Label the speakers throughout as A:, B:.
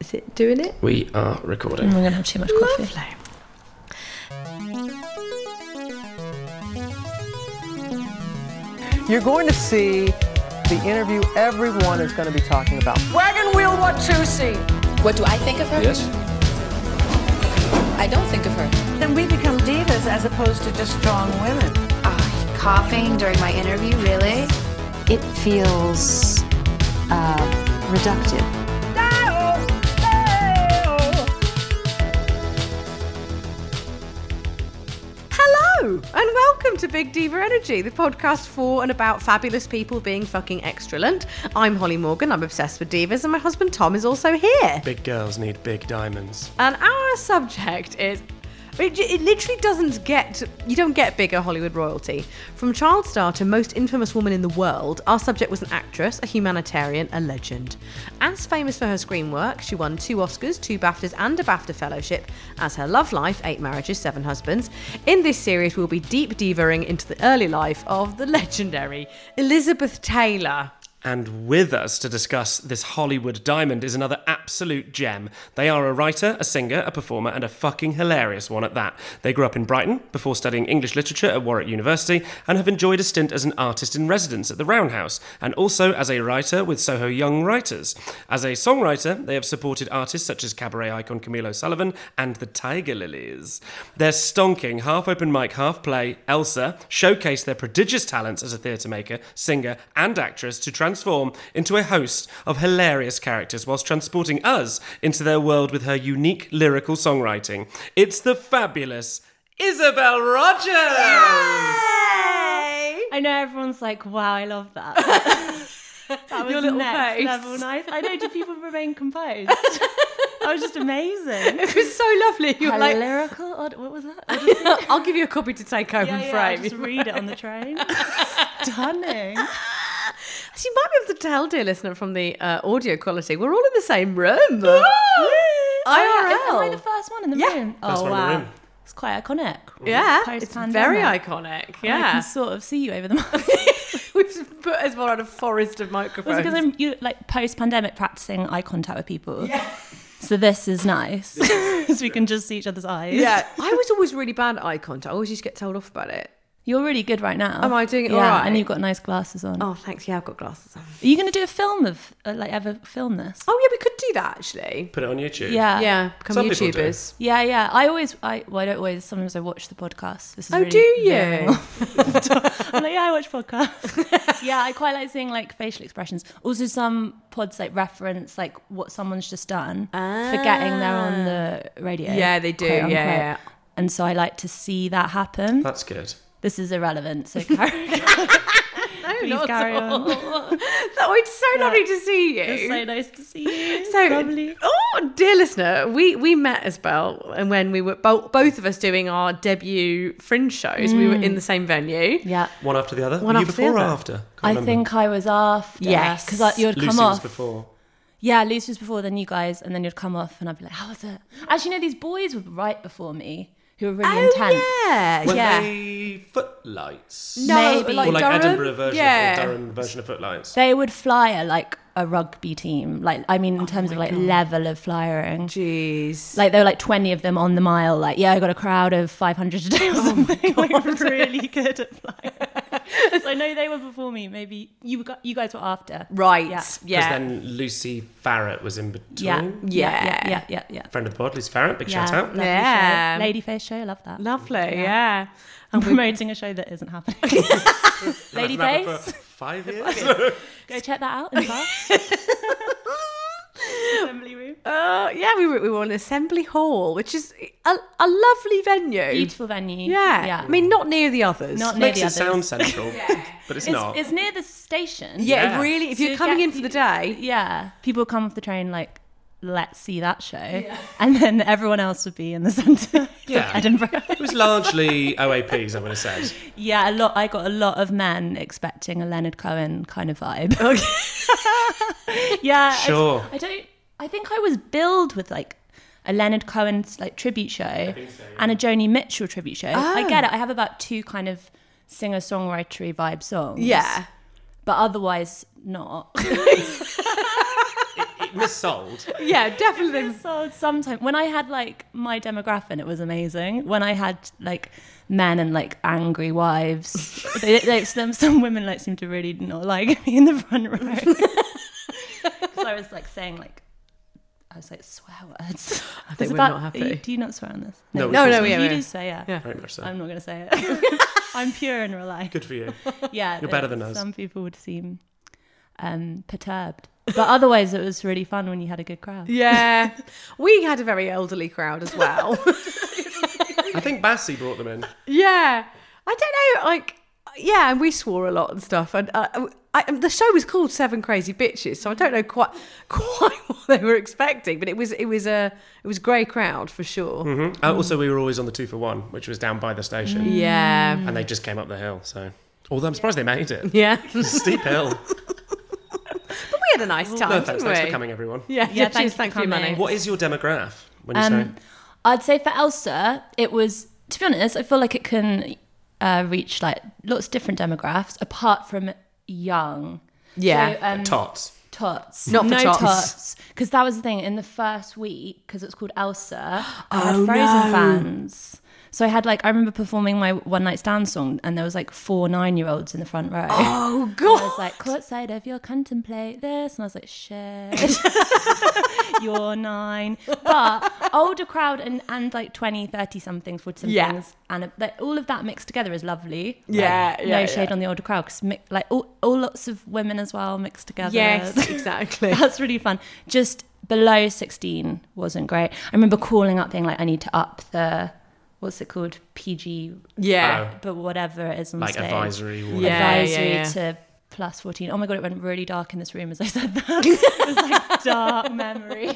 A: Is it doing it?
B: We are
C: I'm
B: recording.
C: going to have too much coffee.
A: Lovely.
D: You're going to see the interview everyone is going to be talking about.
E: Wagon wheel Watusi.
F: What do I think of her? Yes. I don't think of her.
E: Then we become divas as opposed to just strong women.
G: Ah, coughing during my interview, really? It feels uh, reductive.
A: Hello and welcome to Big Diva Energy, the podcast for and about fabulous people being fucking extralent. I'm Holly Morgan, I'm obsessed with divas, and my husband Tom is also here.
B: Big girls need big diamonds.
A: And our subject is. It, it literally doesn't get. You don't get bigger Hollywood royalty. From child star to most infamous woman in the world, our subject was an actress, a humanitarian, a legend. As famous for her screen work, she won two Oscars, two BAFTAs, and a BAFTA fellowship. As her love life, eight marriages, seven husbands. In this series, we'll be deep divering into the early life of the legendary Elizabeth Taylor.
B: And with us to discuss this Hollywood diamond is another absolute gem. They are a writer, a singer, a performer, and a fucking hilarious one at that. They grew up in Brighton before studying English literature at Warwick University and have enjoyed a stint as an artist in residence at the Roundhouse and also as a writer with Soho Young Writers. As a songwriter, they have supported artists such as cabaret icon Camilo Sullivan and the Tiger Lilies. Their stonking, half open mic, half play, Elsa, showcased their prodigious talents as a theatre maker, singer, and actress to transform into a host of hilarious characters whilst transporting us into their world with her unique lyrical songwriting. It's the fabulous Isabel Rogers!
H: I know everyone's like, "Wow, I love that." that was
A: Your little
H: next
A: face.
H: level nice. I know. Do people remain composed? that was just amazing.
A: It was so lovely. You were like,
H: lyrical? Odd- What was that? I just-
A: I'll give you a copy to take home
H: yeah,
A: and
H: yeah,
A: frame.
H: I just read it on the train. Stunning.
A: So you might be able to tell, dear listener, from the uh, audio quality, we're all in the same room. IRL.
H: Oh, Am I the first one in the
A: Yeah.
H: room?
B: First
H: oh
B: one in the
H: wow,
B: room.
H: it's quite iconic.
A: yeah, it's
H: Post-pandemic.
A: very iconic.
H: I can
A: Yeah,
H: sort of see you over the mic.
A: we've put as well on a forest of microphones.
H: That's because I'm you like post pandemic practicing eye contact with people. So this is nice, because we can just see each other's eyes.
A: yeah, I was always really bad at eye contact. I always used to get told off about it.
H: You're really good right now.
A: Am I doing it
H: yeah,
A: alright?
H: And you've got nice glasses on.
A: Oh, thanks. Yeah, I've got glasses on.
H: Are you going to do a film of, uh, like, ever film this?
A: Oh, yeah, we could do that actually.
B: Put it on YouTube.
H: Yeah.
A: yeah, become
B: Some people do.
A: YouTubers.
H: Yeah, yeah. I always, I, well, I don't always, sometimes I watch the podcast. This is
A: Oh,
H: really
A: do
H: veering
A: you?
H: off. I'm like, yeah, I watch podcasts. yeah, I quite like seeing, like, facial expressions. Also, some pods, like, reference, like, what someone's just done, forgetting they're on the radio.
A: Ah. Yeah, they do.
H: quote,
A: Yeah,
H: unquote.
A: yeah.
H: And so I like to see that happen.
B: That's good.
H: This is irrelevant, so carry,
A: No,
H: please
A: not
H: carry
A: at all.
H: on.
A: That was so lovely to see you.
H: It's so nice to see you.
A: So,
H: lovely.
A: oh, dear listener, we we met as well, and when we were both both of us doing our debut fringe shows, we were in the same venue.
H: Yeah.
B: One after the other?
A: One
B: Were you
A: after the
B: before or
A: other.
B: after? Can't
H: I
B: remember.
H: think I was after.
A: Yes.
H: Because you would
B: Lucy
H: come
B: was
H: off.
B: before.
H: Yeah, Lucy was before, then you guys, and then you'd come off, and I'd be like, how was it? Actually, no, these boys were right before me who were really intense.
A: Oh, yeah,
B: Were
A: yeah.
B: they footlights?
A: No,
H: Maybe.
B: Or
A: like,
B: like
A: Durham?
B: Edinburgh version,
A: yeah.
B: of, or Durham version of Footlights.
H: They would flyer like a rugby team. Like, I
A: Oh
H: mean, in terms of like level of flyering.
A: Jeez.
H: Like, there were like 20 of them on the mile. Like, yeah, I got a crowd of 500 today
A: Oh
H: or something. like, really good at flyering. so I know they were before me. Maybe you, got, you guys were after.
A: right. Yeah.
H: Yeah.
B: Because
A: Yeah.
B: then Lucy Farrett was in between.
H: Yeah. Yeah.
A: Yeah.
H: Yeah. Yeah. Yeah. yeah.
B: Friend of the pod, Lucy Farrett, big shout out.
H: lovely
A: Yeah.
H: Show. Lady Face Show, love that.
A: Lovely. Yeah.
H: I'm promoting a show that isn't happening. Lady
B: Haven't had
H: Face,
B: that for Five years.
H: go check that out in the bar. Assembly room.
A: Uh, yeah, we were, we were in Assembly Hall, which is a, a lovely venue.
H: Beautiful venue.
A: Yeah.
H: Yeah.
A: I mean, not near the others.
H: Not near
B: Makes
H: the
B: it
H: others.
B: sound central, but it's,
H: it's,
B: not.
H: it's near the station.
A: yeah,
B: Yeah.
A: really. If
H: So
A: you're coming
H: get-
A: in for the day,
H: Yeah. People come off the train like, let's see that show. And then everyone else would be in the centre
B: Yeah.
H: of Edinburgh.
B: It was largely OAPs, I would have said.
H: yeah, a lot. I got a lot of men expecting a Leonard Cohen kind of vibe. yeah. I-
B: Sure.
H: I don't. I think I was billed with like a Leonard Cohen like tribute show and a Joni Mitchell tribute show. I get it. I have about two kind of singer songwritery vibe songs.
A: yeah.
H: but otherwise not.
B: It missold.
A: yeah, definitely.
H: sold sometime when I had like my demographic, it was amazing. When I had like men and like angry wives, they, they, some some women like seemed to really not like me in the front row because I was like saying like I was like swear words. I
A: think we're not happy.
H: do you not swear on this?
B: No,
A: No, no, Um,
H: you
A: yeah, yeah.
H: do swear, yeah.
A: Yeah.
B: Very much so.
H: I'm not gonna say it. I'm pure and reliant.
B: Good for you.
H: Yeah,
B: You're better than us.
H: Some people would seem um, perturbed, but otherwise it was really fun when you had a good crowd.
A: Yeah. We had a very elderly crowd as well.
B: I think Bassy brought them in.
A: yeah. I don't know, like, yeah, and we swore a lot and stuff. And uh, I, I- the show was called Seven Crazy Bitches, so I don't know quite quite what they were expecting, but it was it was a it was a grey crowd for sure.
H: Mm-hmm.
B: Uh, also, we were always on the two for one, which was down by the station,
A: Yeah.
B: and they just came up the hill. So, although I'm surprised they made it.
A: Yeah. we
B: Steep hill.
A: had a nice time,
B: No,
A: didn't
B: thanks,
A: we?
B: thanks for coming, everyone.
A: Yeah,
H: Yeah,
A: yeah
H: thank you
A: cheers,
H: for
A: thanks for your money.
H: coming.
B: What is your demograph when you
H: Um,
B: say?
H: I'd say for Elsa, it was to be honest. I feel like it can uh, reach like lots of different demographics, apart from young.
A: Yeah.
H: so, um,
B: Tots.
H: tots,
A: Not for
H: no
A: tots.
H: because that was the thing in the first week because it's called Elsa. I had
A: Oh,
H: Frozen
A: no.
H: fans. So I had like I remember performing my one night stand song and there was like four nine year olds in the front row.
A: Oh
H: I was
A: god.
H: like, courtside if you'll contemplate this. And I was like, shit, you're nine. But older crowd and, and like 20, 30 something, 40 somethings.
A: Yeah.
H: And it- like, all of that mixed together is lovely. Like,
A: Yeah, yeah,
H: No shade
A: yeah.
H: on the older crowd because like all, all lots of women as well mixed together.
A: Yes, exactly.
H: That's really fun. Just below 16 wasn't great. I remember calling up being like, I need to up the, what's it called? PG,
A: Yeah.
H: but whatever it is on
B: Like
H: stage
B: advisory. warning.
A: Yeah.
H: advisory
A: yeah.
H: to plus 14. Oh my God, it went really dark in this room as I said that. it was like dark memories.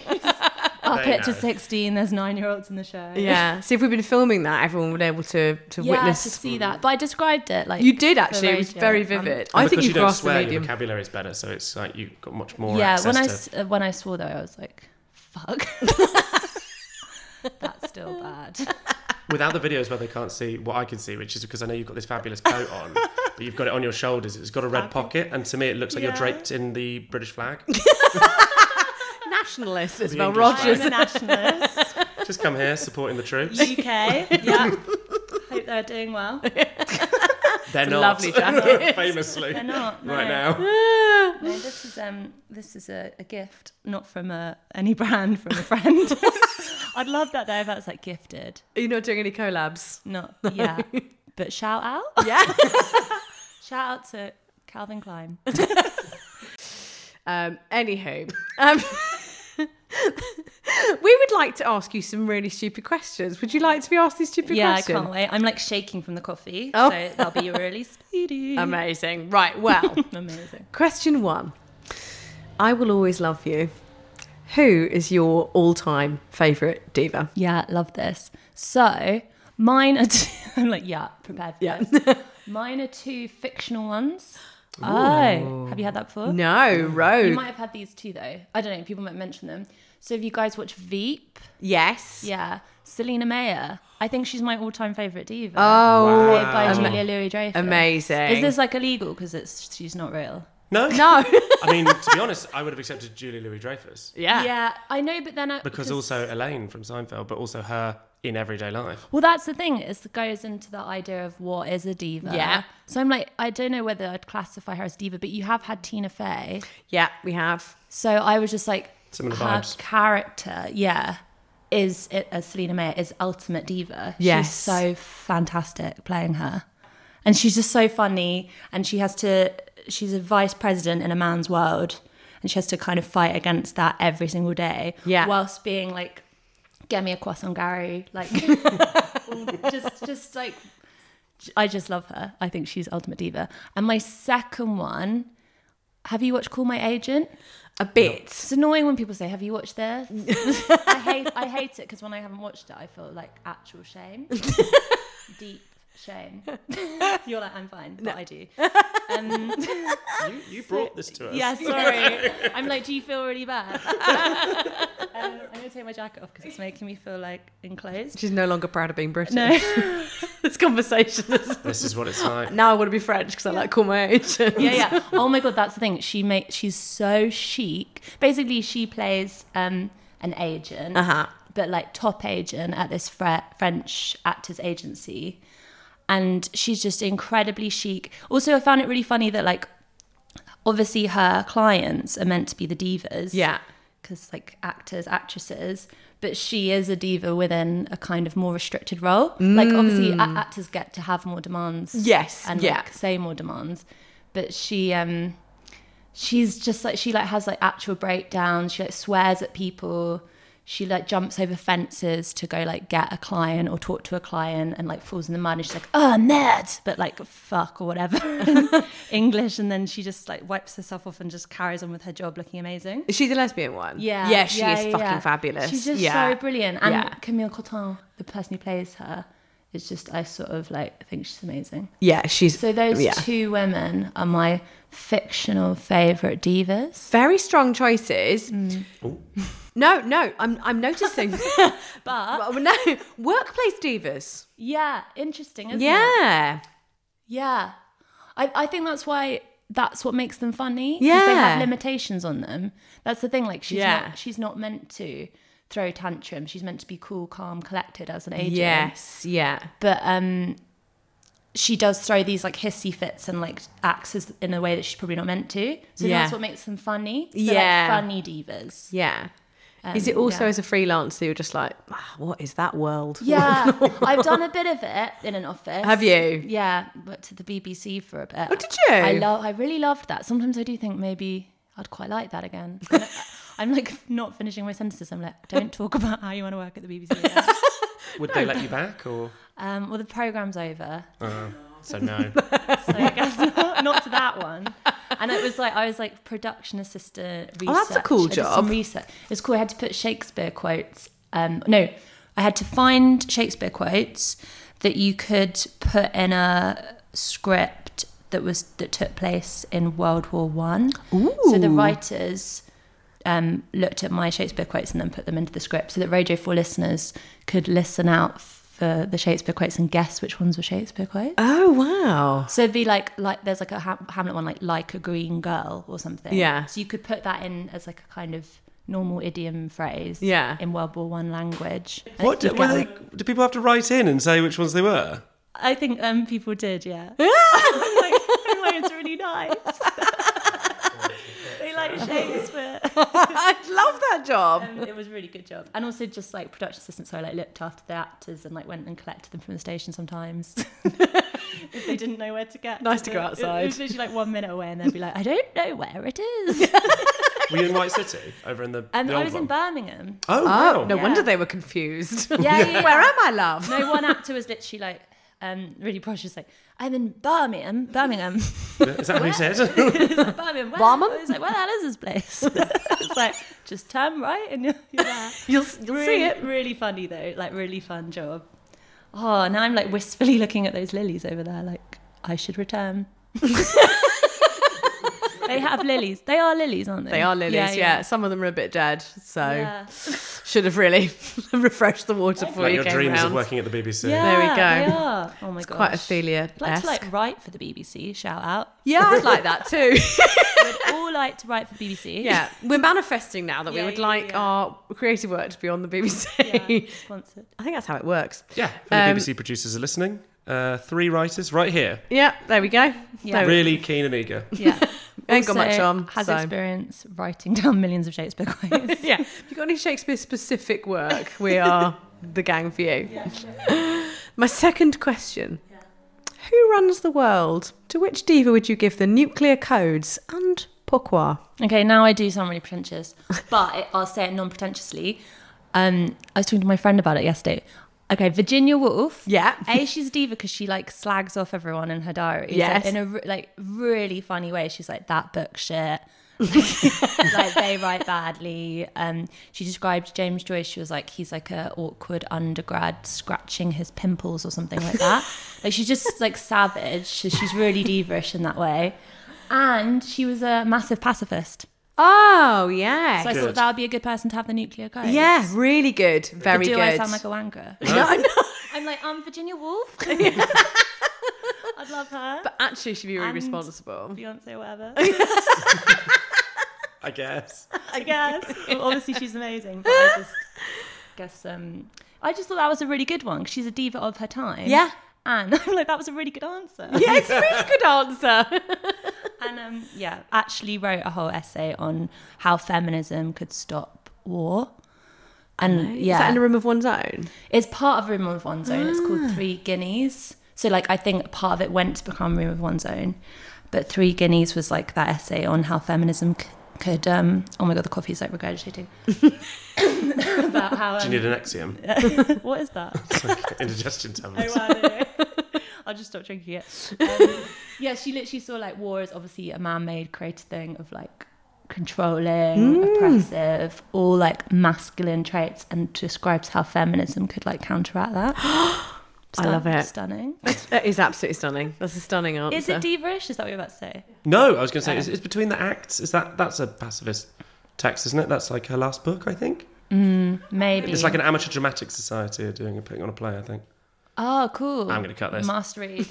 H: Up
B: They
H: it to
B: know.
H: 16, there's nine year olds in the show.
A: Yeah. See if we've been filming that, everyone would be able to to
H: Yeah,
A: witness.
H: to see that. But I described it like.
A: you did
H: for
A: actually. It was
H: radio.
A: very
H: Um,
A: vivid.
B: And
A: I think
B: because
A: you,
B: you don't
A: grasped
B: swear,
A: the
B: your
A: medium.
B: vocabulary is better, so it's like you've got much more.
H: yeah,
B: access
H: when I,
B: to-
H: s- uh, when I saw though, I was like, fuck. That's still bad.
B: without the videos where they can't see what I can see, which is because I know you've got this fabulous coat on, but you've got it on your shoulders. It's got a red pocket, and to me, it looks like you're
H: Yeah.
B: draped in the British flag.
A: Nationalist
B: The
A: Isabel
B: English
A: Rogers.
H: I'm a nationalist.
B: Just come here supporting the troops.
H: UK. Yeah. Hope they're doing well.
B: They're
A: a
B: not
A: lovely jacket.
B: famously
H: They're not. No.
B: right now.
H: No, this is um, this is a, a gift, not from a, any brand, from a friend. I'd love that though if that's like gifted,
A: You're not doing any collabs.
H: not yeah. But shout out,
A: Yeah.
H: shout out to Calvin Klein.
A: Um, anywho, um, we would like to ask you some really stupid questions. Would you like to be asked these stupid
H: yeah, I
A: questions?
H: can't wait. I'm like shaking from the coffee,
A: Oh.
H: so that'll be really speedy.
A: Amazing. Right. Well,
H: Amazing.
A: question one. I will always love you. Who is your all-time favorite diva?
H: Yeah, love this. So mine are two, I'm like yeah, prepared for
A: Yeah.
H: this. Mine are two fictional ones. Oh, have you had that before?
A: No,
H: You
A: Rose.
H: might have had these too, though. I don't know. People might mention them. So, if you guys watch Veep,
A: Yes.
H: yeah, Selena Mayer. I think she's my all-time favorite diva.
A: Oh,
H: played by Julia Louis Dreyfus.
A: amazing.
H: Is this like illegal because it's she's not real?
B: No,
A: no.
B: I mean, to be honest, I would have accepted Julie Louis Dreyfus
A: yeah.
H: I know, but then I,
B: because also Elaine from Seinfeld, but also her in everyday life.
H: Well, that's the thing. It goes into the idea of what is a diva.
A: Yeah.
H: So I'm like, I don't know whether I'd classify her as diva, but you have had Tina Fey.
A: Yeah, we have.
H: So I was just like,
B: Similar
H: her
B: vibes.
H: character, yeah, is it, as Selena Mayer is ultimate diva.
A: Yes.
H: she's so fantastic playing her, and she's just so funny. And she has to, she's a vice president in a man's world, and she has to kind of fight against that every single day.
A: Yeah.
H: whilst being like, get me a croissant, Gary. Like, just, just like. I just love her. I think she's ultimate diva. And my second one, have you watched Call My Agent?
A: A bit.
H: It's annoying when people say, "Have you watched this?" I hate I hate it because when I haven't watched it, I feel like actual shame, deep Shame. You're like, I'm fine, but I do. Um,
B: You, you brought this to us.
H: yeah, sorry. I'm like, do you feel really bad? um, I'm gonna take my jacket off because it's making me feel like enclosed.
A: She's no longer proud of being British.
H: No.
A: this conversation is.
B: This is what it's like.
A: Now I want to be French because I like call my age.
H: yeah, yeah. Oh my god, that's the thing. She makes. She's so chic. Basically, she plays um, an agent,
A: Uh-huh.
H: but like top agent at this fre- French actors agency, and she's just incredibly chic. Also, I found it really funny that like, obviously, her clients are meant to be the divas.
A: Yeah.
H: Because like actors, actresses, but she is a diva within a kind of more restricted role. Like obviously, a- actors get to have more demands
A: Mm. Yes,
H: and
A: yeah.
H: like say more demands but she um she's just like she like has like actual breakdowns she like swears at people she like jumps over fences to go like get a client or talk to a client and like falls in the mud and she's like oh nerd but like fuck or whatever in english and then she just like wipes herself off and just carries on with her job looking amazing
A: Is she the lesbian one?
H: yeah
A: Yeah, she
H: yeah,
A: is
H: yeah,
A: fucking
H: yeah.
A: fabulous.
H: she's just
A: yeah.
H: so brilliant and
A: Yeah.
H: camille cotin the person who plays her is just i sort of like think she's amazing
A: Yeah, she's.
H: so those
A: yeah.
H: two women are my fictional favorite divas.
A: Very strong choices. No, no, I'm, I'm noticing.
H: Mm. But
A: Well, no, workplace divas.
H: yeah, interesting, isn't it?
A: Yeah.
H: Yeah. I, I think that's why that's what makes them funny. 'cause They
A: Yeah.
H: have limitations on them. That's the thing. Like she's
A: Yeah.
H: not she's not meant to throw tantrums. She's meant to be cool, calm, collected as an agent.
A: Yes, yeah.
H: But um she does throw these like hissy fits and like acts as, in a way that she's probably not meant to. So
A: Yeah.
H: that's what makes them funny. So they're,
A: Yeah.
H: like funny divas.
A: Yeah. is it also
H: yeah.
A: as a freelancer you're just like, "Ah, what is that world?
H: Yeah, I've done a bit of it in an office.
A: Have you?
H: Yeah, worked to the BBC for a bit.
A: Oh, did you?
H: I love. I really loved that. Sometimes I do think maybe I'd quite like that again. I'm like not finishing my sentences. I'm like, don't talk about how you want to work at the BBC. again.
B: Would they let you back or? Uh,
H: um, well, the program's over,
B: So no.
H: so I guess not, not to that one. And it was like I was like production assistant. Research.
A: Oh, that's a cool
H: I did some
A: job.
H: research. It's cool. I had to put Shakespeare quotes. Um, no, I had to find Shakespeare quotes that you could put in a script that was that took place in World War One. So the writers um, looked at my Shakespeare quotes and then put them into the script, so that Radio Four listeners could listen out for the Shakespeare quotes and guess which ones were Shakespeare quotes.
A: Oh, wow.
H: So it'd be like like there's like a ha- Hamlet one like like a green girl or something.
A: Yeah.
H: So you could put that in as like a kind of normal idiom phrase.
A: Yeah.
H: In World War One language. And
B: what
H: it
B: do,
H: could
B: were
H: go-
B: they, do people have to write in and say which ones they were?
H: I think um people did. Yeah. I'm like, I'm like, it's really nice. they like Shakespeare.
A: I'd love that job.
H: Um, it was a really good job, and also just like production assistant, so I like looked after the actors and like went and collected them from the station sometimes. if they didn't know where to get.
A: Nice to
H: the-
A: go
H: It,
A: outside.
H: it was literally like one minute away, and they'd be like, "I don't know where it is."
B: Were you in White City over in the,
H: Um,
B: the
H: I
B: old
H: was
B: one?
H: in Birmingham.
B: oh,
A: Oh,
B: wow.
A: no
H: Yeah.
A: wonder they were confused.
H: Yeah, yeah, yeah.
A: Where am I, love?
H: No, one actor was literally like, um, really posh, just like, I'm in Birmingham, Birmingham,
B: Is that what he said?
H: Birmingham. Where?
A: Barmum?
H: It's like, where the hell is this place? it's like, just turn right and you're, you're there.
A: You'll, you'll
H: really,
A: see it.
H: Really funny though, like really fun job. Oh, now I'm like wistfully looking at those lilies over there, like I should return. they have lilies. They are lilies, aren't they?
A: They are lilies, yeah, Some of them are a bit dead, so
H: Yeah.
A: should have really refreshed the water for
B: like
A: you
B: your
A: came
B: dreams
A: round.
B: of working at the BBC.
H: Yeah,
A: There we go.
H: They are. Oh my god.
A: Quite Ophelia.
H: I'd like to like write for the BBC. Shout out.
A: yeah, I'd like that too.
H: We'd all like to write for the BBC.
A: yeah, we're manifesting now that we
H: Yeah,
A: would
H: yeah,
A: like
H: yeah.
A: our creative work to be on the BBC.
H: Yeah, sponsored.
A: I think that's how it works.
B: Yeah, if
H: Um,
B: any BBC producers are listening. Uh, three writers right here.
A: Yeah, there we go.
H: Yeah.
A: There we-
B: Really keen and eager.
H: Yeah.
A: Ain't got
H: Also
A: much on,
H: Has
A: so.
H: experience writing down millions of Shakespeare quotes.
A: yeah. If you've got any Shakespeare specific work, we are the gang for you. My second question Who runs the world? To which diva would you give the nuclear codes and pourquoi?
H: Okay, now I do sound really pretentious, but it, I'll say it non-pretentiously. Um, I was talking to my friend about it yesterday. Okay, Virginia Woolf.
A: Yeah.
H: A, she's a diva because she like slags off everyone in her diary.
A: Yes.
H: in a re- like really funny way. She's like that book shit. like they write badly. Um, she described James Joyce. She was like, he's like a awkward undergrad scratching his pimples or something like that. like she's just like savage. So She's really divish in that way. And she was a massive pacifist.
A: Oh, yeah.
H: So I thought
B: Good.
H: that would be a good person to have the nuclear code.
A: yeah, really good. Very
H: Do
A: good.
H: I sound like a wanker?
A: no, no.
H: I'm like, um, Virginia Woolf. I'd love her.
A: Actually, she'd be really
H: And-
A: responsible.
H: Beyonce, whatever.
B: I guess.
H: I guess. Well, obviously, she's amazing. But I just guess um, I just thought that was a really good one. 'cause She's a diva of her time.
A: Yeah.
H: And I'm like, that was a really good answer.
A: Yeah, it's a really good answer.
H: And um, yeah, actually wrote a whole essay on how feminism could stop war. And
A: Oh,
H: yeah,
A: Is that in a room of one's own?
H: It's part of Room of One's Own. It's called Three Guineas. So, like, I think part of it went to become Room of One's Own, but Three Guineas was like that essay on how feminism c- could. Um, oh my god, the coffee's like regurgitating. About how.
B: Do you need an axiom?
H: um, what is that?
B: It's like indigestion
A: Oh,
B: tablets.
H: I'll just stop drinking it. Um, yeah, she literally saw like war as obviously a man-made created thing of like controlling,
A: Mm.
H: oppressive, all like masculine traits, and describes how feminism could like counteract that. Stun-
A: love it.
H: Stunning.
A: That is Uh, absolutely stunning. That's a stunning answer.
H: Is it diva-ish? Is that what you're about to say?
B: No, I was going to say it's, it's between the acts. Is that that's a pacifist text, isn't it? That's like her last book, I think.
H: Maybe.
B: It's like an amateur dramatic society are doing putting on a play. I think.
H: oh, cool.
B: I'm gonna cut this.
H: Mastery.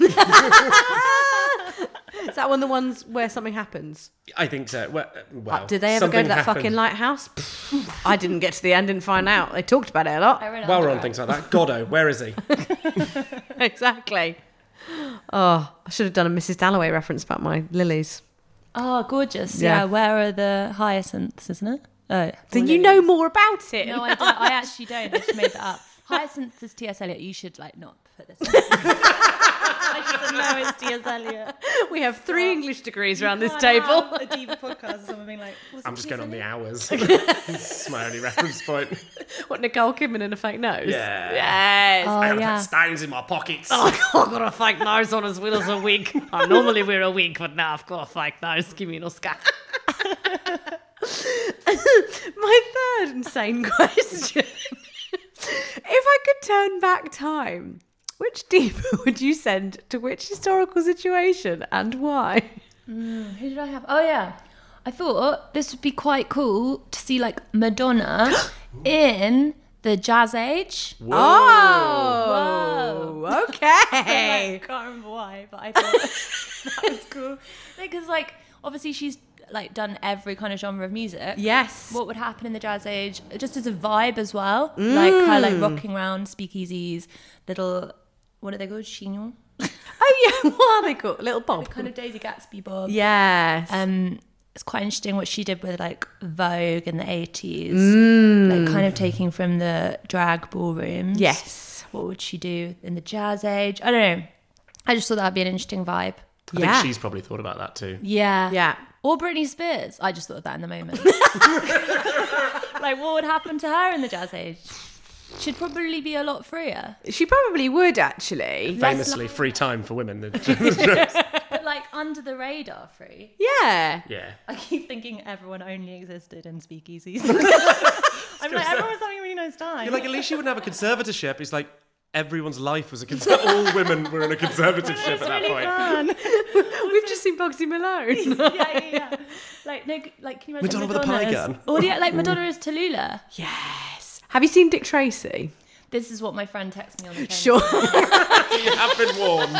A: Is that one of the ones where something happens?
B: I think so. Well,
A: Uh, did they ever go to that fucking lighthouse? Pfft, I didn't get to the end, didn't find out. They talked about it a lot.
H: I read it
B: While we're on
H: undergrad.
B: things like that, Goddo, where is he?
A: exactly. Oh, I should have done a Mrs. Dalloway reference about my lilies.
H: Oh, gorgeous.
A: Yeah.
H: Yeah. Where are the hyacinths? Isn't it? Oh,
A: Then you know more about it.
H: No, I don't. I actually don't. I just made that up. Hyacinth is T.S. Eliot. You should like not put this. I just know it's T.S. Eliot.
A: we have three English degrees around this
H: Can't
A: table.
H: have A diva podcast or something like. was it
B: I'm just
H: T.S.
B: going on the
H: Eliot?
B: hours. It's my only reference point.
A: What Nicole Kidman in a fake nose?
B: Yeah.
A: Yes.
H: Oh
B: I gotta
H: yeah.
B: put stones in my pockets.
A: I've got a fake nose on as well as a wig. I normally wear a wig, but now I've got a fake nose. Give me an Oscar. My third insane question. if I could turn back time, which diva would you send to which historical situation and why?
H: Who did I have? Oh yeah. I thought this would be quite cool to see like Madonna in the Jazz Age.
A: Oh,
H: I
A: okay.
H: like, can't remember why, but I thought that was cool. Because like obviously she's like done every kind of genre of music.
A: yes.
H: what would happen in the jazz age just as a vibe as well like her like rocking around speakeasies little what are they called chignon
A: oh yeah. What are they called? Little Bob.
H: kind of daisy gatsby bob
A: Yes.
H: um it's quite interesting what she did with like vogue in the 80s like kind of taking from the drag ballrooms
A: yes.
H: what would she do in the jazz age i don't know i just thought that'd be an interesting vibe
B: I
A: yeah.
B: think she's probably thought about that too.
H: yeah
A: Yeah.
H: or Britney Spears. I just thought of that in the moment. like, what would happen to her in the jazz age? She'd probably be a lot freer.
A: She probably would actually.
B: Famously, free time for women.
H: But, like, under the radar free.
A: Yeah.
B: yeah.
H: I keep thinking everyone only existed in speakeasies. I'm like, everyone's having a really nice time.
B: You're like, at least you wouldn't have a conservatorship. It's like everyone's life was a conservatorship. All women were in a conservatorship at that point.
H: fun.
A: We've just seen Bugsy Malone.
H: yeah, yeah, yeah. Like, no, like, can you imagine
B: Madonna with a pie
H: Madonna's-
B: gun.
H: Or, yeah, like, Madonna is Tallulah.
A: yes. Have you seen Dick Tracy?
H: This is what my friend texted me on the train.
A: Sure.
B: You have been warned.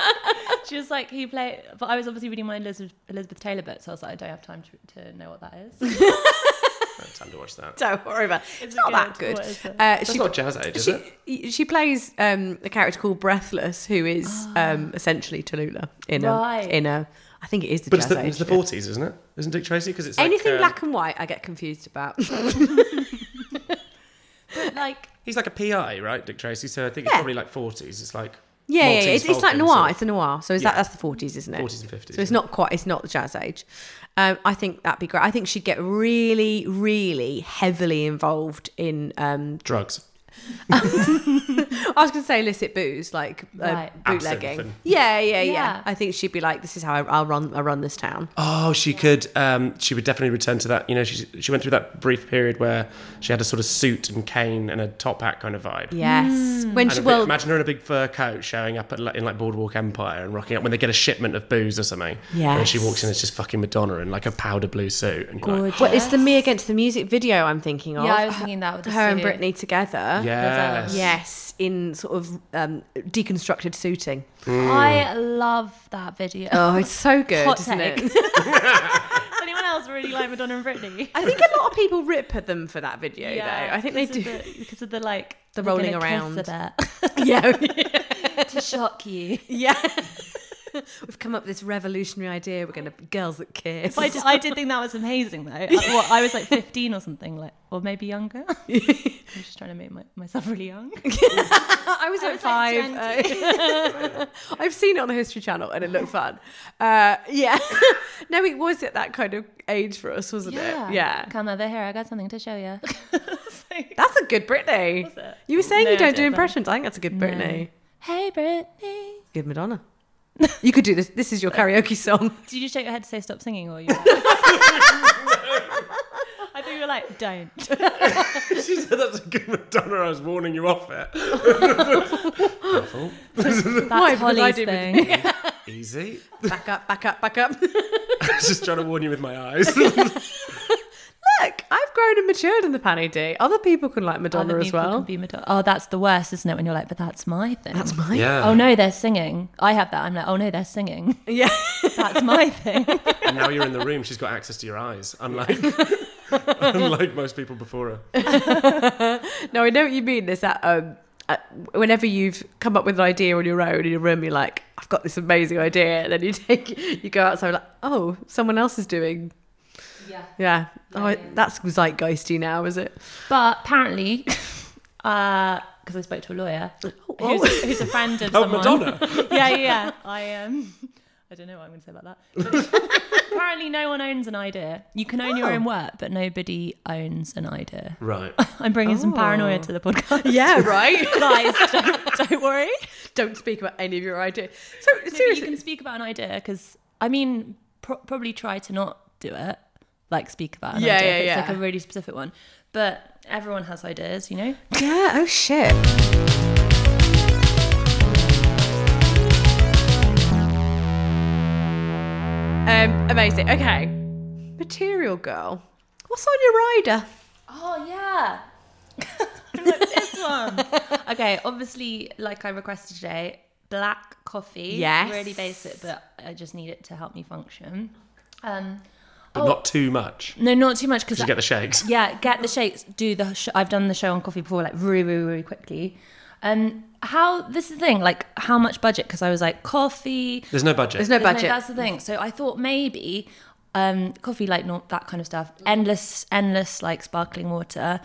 H: She was like, he played, but I was obviously reading my Elizabeth, Elizabeth Taylor bit, so I was like, I don't have time to, to know what that is.
B: Time to watch that.
A: Don't worry about it. It's not
H: it
A: that
H: good?
A: good.
H: What is it?
A: Uh,
B: That's
A: she,
B: not jazz age, is it?
A: she, she plays um, a character called Breathless, who is um, essentially Tallulah in
H: Right.
A: a in a. I think it is the
B: But it's
A: jazz
B: the,
A: age.
B: it's the
A: bit.
B: 40s, isn't it? Isn't Dick Tracy? Because it's like,
A: Anything
B: um,
A: black and white, I get confused about.
H: But like,
B: He's like a PI, right, Dick Tracy? So I think
A: Yeah.
B: it's probably like 40s. It's like
A: Yeah, yeah, yeah.
B: Maltese
A: It's, it's like
B: Falcon,
A: noir.
B: so-
A: It's a noir. So is that
B: Yeah.
A: that's the forties, isn't it?
B: 40s and 50s,
A: So it's
B: yeah.
A: not quite. It's not the jazz age. Um, I think that'd be great. I think she'd get really, really heavily involved in um,
B: drugs.
A: I was going to say illicit booze, like uh,
H: Right.
A: bootlegging.
B: Absinthe and-
A: Yeah, yeah, yeah,
H: Yeah.
A: I think she'd be like, "This is how I, I'll run. I run this town."
B: Oh, she could. Um, she would definitely return to that. You know, she she went through that brief period where she had a sort of suit and cane and a top hat kind of vibe.
A: Yes. When
B: And
A: she
B: a bit-
A: well,
B: imagine her in a big fur coat showing up at, like- in like Boardwalk Empire and rocking up when they get a shipment of booze or something. Yeah. And she
A: Yes.
B: walks in, it's just fucking Madonna in like a powder blue suit. And you're like,
A: well, it's the Me Against the Music video I'm thinking of.
H: Yeah, I was thinking that with the
A: her and
H: suit.
A: Britney together.
B: yes.
A: Yes, in sort of um, deconstructed suiting.
H: I love that video.
A: Oh, it's so good,
H: Hot
A: isn't
H: take.
A: it?
H: Does anyone else really like Madonna and Britney?
A: I think a lot of people rip at them for that video, though. I think they do.
H: because of the, because of the like
A: The
H: they're
A: rolling
H: gonna
A: around.
H: kiss a bit.
A: yeah,
H: to shock you.
A: yeah. We've come up with this revolutionary idea. We're going to girls that kiss.
H: I, d- I did think that was amazing though. I, what, I was like 15 or something, like or maybe younger. I'm just trying to make my, myself really young.
A: I was at
H: was
A: five.
H: like
A: uh, I've seen it on the History Channel and it looked fun. Uh, yeah. no, it was at that kind of age for us, wasn't it? Yeah.
H: Come over here. I got something to show you. It's like,
A: That's a good Britney.
H: it?
A: You were saying
H: No,
A: you
H: I
A: don't do
H: didn't.
A: impressions. I think that's a good Britney.
H: hey, Britney.
A: Good Madonna. you could do this. This is your karaoke song.
H: Did you just shake your head to say stop singing, or you? I thought you were like, don't.
B: She said that's a good Madonna. I was warning you off it.
H: That's
A: Why? Because I
H: Holly's
A: do
H: thing.
B: Easy.
A: Back up, back up, back up. Look,
B: just trying to warn you with my eyes.
A: I've grown and matured in the panny D. Other people can like Madonna
H: Other
A: as
H: people
A: well.
H: can be Madonna. Oh, that's the worst, isn't it? When you're like, but that's my thing. That's my.
B: yeah.
H: Oh no, they're singing. I have that. I'm like, oh no, they're singing.
A: yeah.
H: That's my thing.
B: And now you're in the room. She's got access to your eyes, unlike unlike most people before her.
A: No, I know what you mean. There's that um, uh, whenever you've come up with an idea on your own in your room, you're like, I've got this amazing idea, and then you take you go outside like, oh, someone else is doing. Yeah. Yeah. Oh, it- that's zeitgeisty now, is it?
H: But apparently, because I spoke to a lawyer
A: Oh,
H: who's, who's a friend of
B: Oh,
H: someone.
B: Madonna.
H: Yeah, yeah, yeah. I um, I don't know what I'm going to say about that. But apparently, no one owns an idea. You can own
A: Oh.
H: your own work, but nobody owns an idea.
B: Right.
H: I'm bringing some paranoia to the podcast.
A: Oh. Yeah. Right.
H: Guys, don't, don't worry.
A: Don't speak about any of your ideas. So
H: No, but you
A: seriously,
H: can speak about an idea because I mean, pro- probably try to not do it. Like speak about an
A: Yeah,
H: idea.
A: yeah,
H: if it's
A: yeah.
H: like a really specific one. But everyone has ideas, you know.
A: Yeah, oh shit. Um, amazing. Okay. Material Girl. What's on your rider?
H: Oh yeah. this one. Okay, obviously, like I requested today, black coffee.
A: Yes.
H: Really basic, but I just need it to help me function. Um,
B: But not too much.
H: no, not too much because
B: You get the shakes.
H: yeah, get the shakes. Do the sh- I've done the show on coffee before, like really, really, really quickly. Um, how this is the thing, like how much budget? Because I was like coffee,
B: There's no budget.
A: There's no
H: there's no-
A: budget.
H: that's the thing. So I thought maybe um, coffee, like not that kind of stuff. Endless, endless, like sparkling water.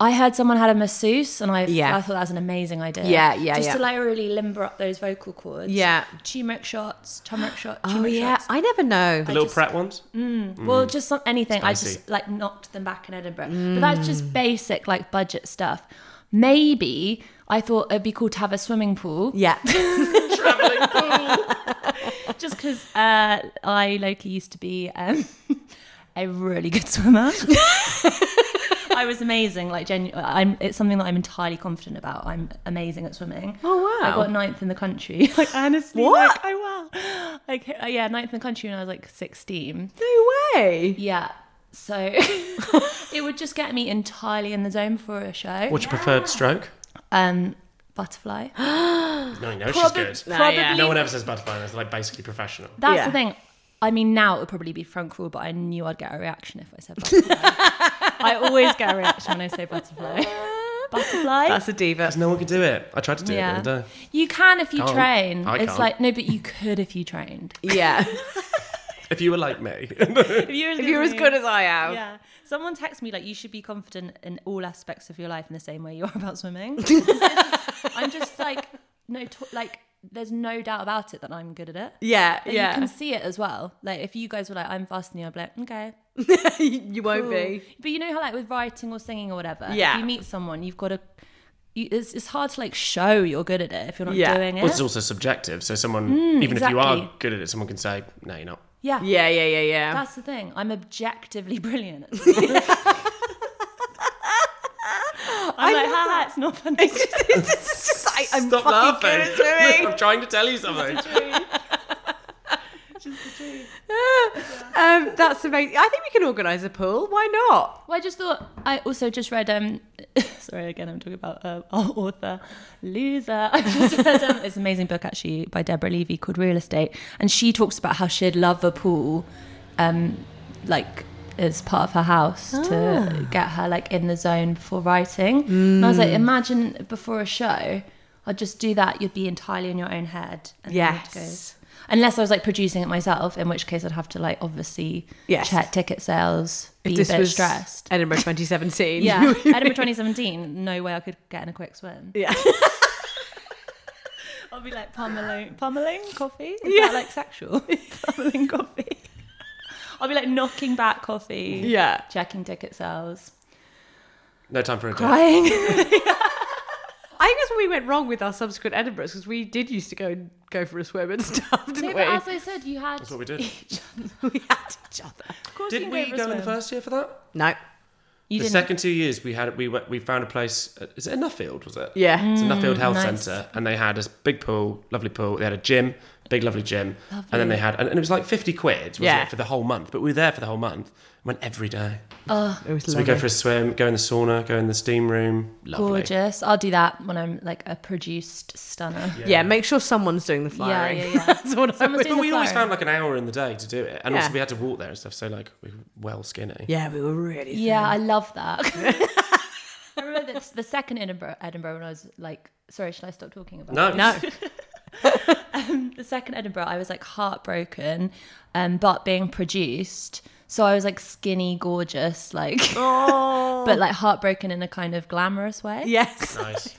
H: I heard someone had a masseuse, and I,
A: Yeah.
H: I thought that was an amazing idea.
A: Yeah, yeah,
H: Just to
A: yeah.
H: like really limber up those vocal cords.
A: Yeah.
H: turmeric shots, turmeric shot.
A: oh
H: turmeric
A: yeah,
H: shots.
A: I never know.
B: the little Pratt ones.
H: Well, just some, anything. I
B: Spicy.
H: just like knocked them back in Edinburgh. But that's just basic like budget stuff. Maybe I thought it'd be cool to have a swimming pool.
A: Yeah.
H: Just because uh, I locally used to be um, a really good swimmer. I was amazing. Like, genu- I'm. It's something that I'm entirely confident about. I'm amazing at swimming.
A: Oh, wow.
H: I got ninth in the country. Like honestly,
A: What?
H: like I wow. Like uh, yeah, ninth in the country when I was like 16.
A: no way.
H: Yeah. So it would just get me entirely in the zone for a show.
B: What's your preferred stroke?
H: Um, butterfly.
B: No, you know she's good.
A: Nah, yeah.
B: No one ever says butterfly. It's like basically professional.
H: That's
A: Yeah.
H: the thing. I mean, now it would probably be front crawl, but I knew I'd get a reaction if I said butterfly. I always get a reaction when I say butterfly. butterfly.
A: That's a diva.
B: No one can do it. I tried to do it the other
H: yeah.
B: day.
H: You can if you
B: Can't.
H: train.
B: I
H: it's
B: can't.
H: like no, but you could if you trained.
A: Yeah.
B: If you were like me,
H: If you were,
A: if you're as good as I am.
H: Yeah. Someone texted me like you should be confident in all aspects of your life in the same way you are about swimming. This is- I'm just like no to- like there's no doubt about it that I'm good at it.
A: Yeah,
H: Like,
A: yeah.
H: You can see it as well. Like if you guys were like I'm faster than you, I'd be like okay.
A: You won't
H: cool."
A: be.
H: But you know how like with writing or singing or whatever,
A: Yeah.
H: if you meet someone, you've got to you, it's, it's hard to like show you're good at it if you're not
A: Yeah.
H: doing it.
B: Well, it's also subjective. So someone, even if you are
H: Hmm, exactly.
B: good at it, someone can say, "No, you're not."
H: yeah.
A: Yeah, yeah, yeah, yeah.
H: That's the thing. I'm objectively brilliant. At this. I'm like, ha ha, it's not funny.
A: it's just, I, I'm
B: Stop
A: fucking
B: laughing.
A: good at swimming.
B: I'm trying to tell you something.
A: um, that's amazing. I think we can organise a pool. Why not?
H: Well, I just thought. I also just read. Um, sorry again, I'm talking about uh, our author, loser. I just read um, this amazing book actually by Deborah Levy called Real Estate, and she talks about how she'd love a pool, um, like as part of her house
A: Ah.
H: to get her like in the zone before writing. And I was like,
A: Mm.
H: imagine before a show, I'd just do that. You'd be entirely in your own head. And then you'd
A: Yes.
H: go- Unless I was like producing it myself, in which case I'd have to like obviously
A: Yes.
H: check ticket sales, be a bit stressed.
A: Edinburgh 2017.
H: Yeah, Edinburgh 2017. No way I could get in a quick swim.
A: Yeah.
H: I'll be like pummeling, pummeling coffee. Is
A: Yeah.
H: that like sexual? pummeling coffee. I'll be like knocking back coffee.
A: Yeah.
H: Checking ticket sales.
B: No time for a joke.
H: Crying.
A: I think that's where we went wrong with our subsequent Edinburghs because we did used to go go for a swim and stuff, didn't
H: but
A: we?
H: as I said, you had. That's
B: what we did.
A: we had each other.
H: Of course you
B: Didn't
H: can
B: we
H: for a
B: go in the
H: swim.
B: first year for that?
A: No.
H: You
B: the
H: didn't.
B: second two years we had we went, we found a place. uh, Is it Nuffield? Was it?
A: Yeah.
H: Mm.
B: It's a Nuffield Health
H: nice.
B: Centre, and they had a big pool, lovely pool. They had a gym, big lovely gym, and then they had and, and it was like fifty quid, wasn't
A: Yeah.
B: it, for the whole month? But we were there for the whole month. Went every day.
A: It was
B: So we go for a swim, go in the sauna, go in the steam room. Lovely.
H: Gorgeous. I'll do that when I'm like a produced stunner.
A: yeah. make sure someone's doing the flying.
H: yeah, yeah.
A: that's what I would-
H: Someone's doing
B: But
H: the
B: we always
H: flow.
B: found like an hour in the day to do it, and
A: Yeah.
B: also we had to walk there and stuff. So like we were well skinny.
A: Yeah, we were really.
H: Yeah, I love that. I remember the, the second Edinburgh, Edinburgh when I was like, sorry, should I stop talking about
B: No,
H: it?
A: No.
H: the second Edinburgh, I was like heartbroken, um, but being produced. So I was like skinny, gorgeous, like, but like heartbroken in a kind of glamorous way.
A: Yes.
B: nice.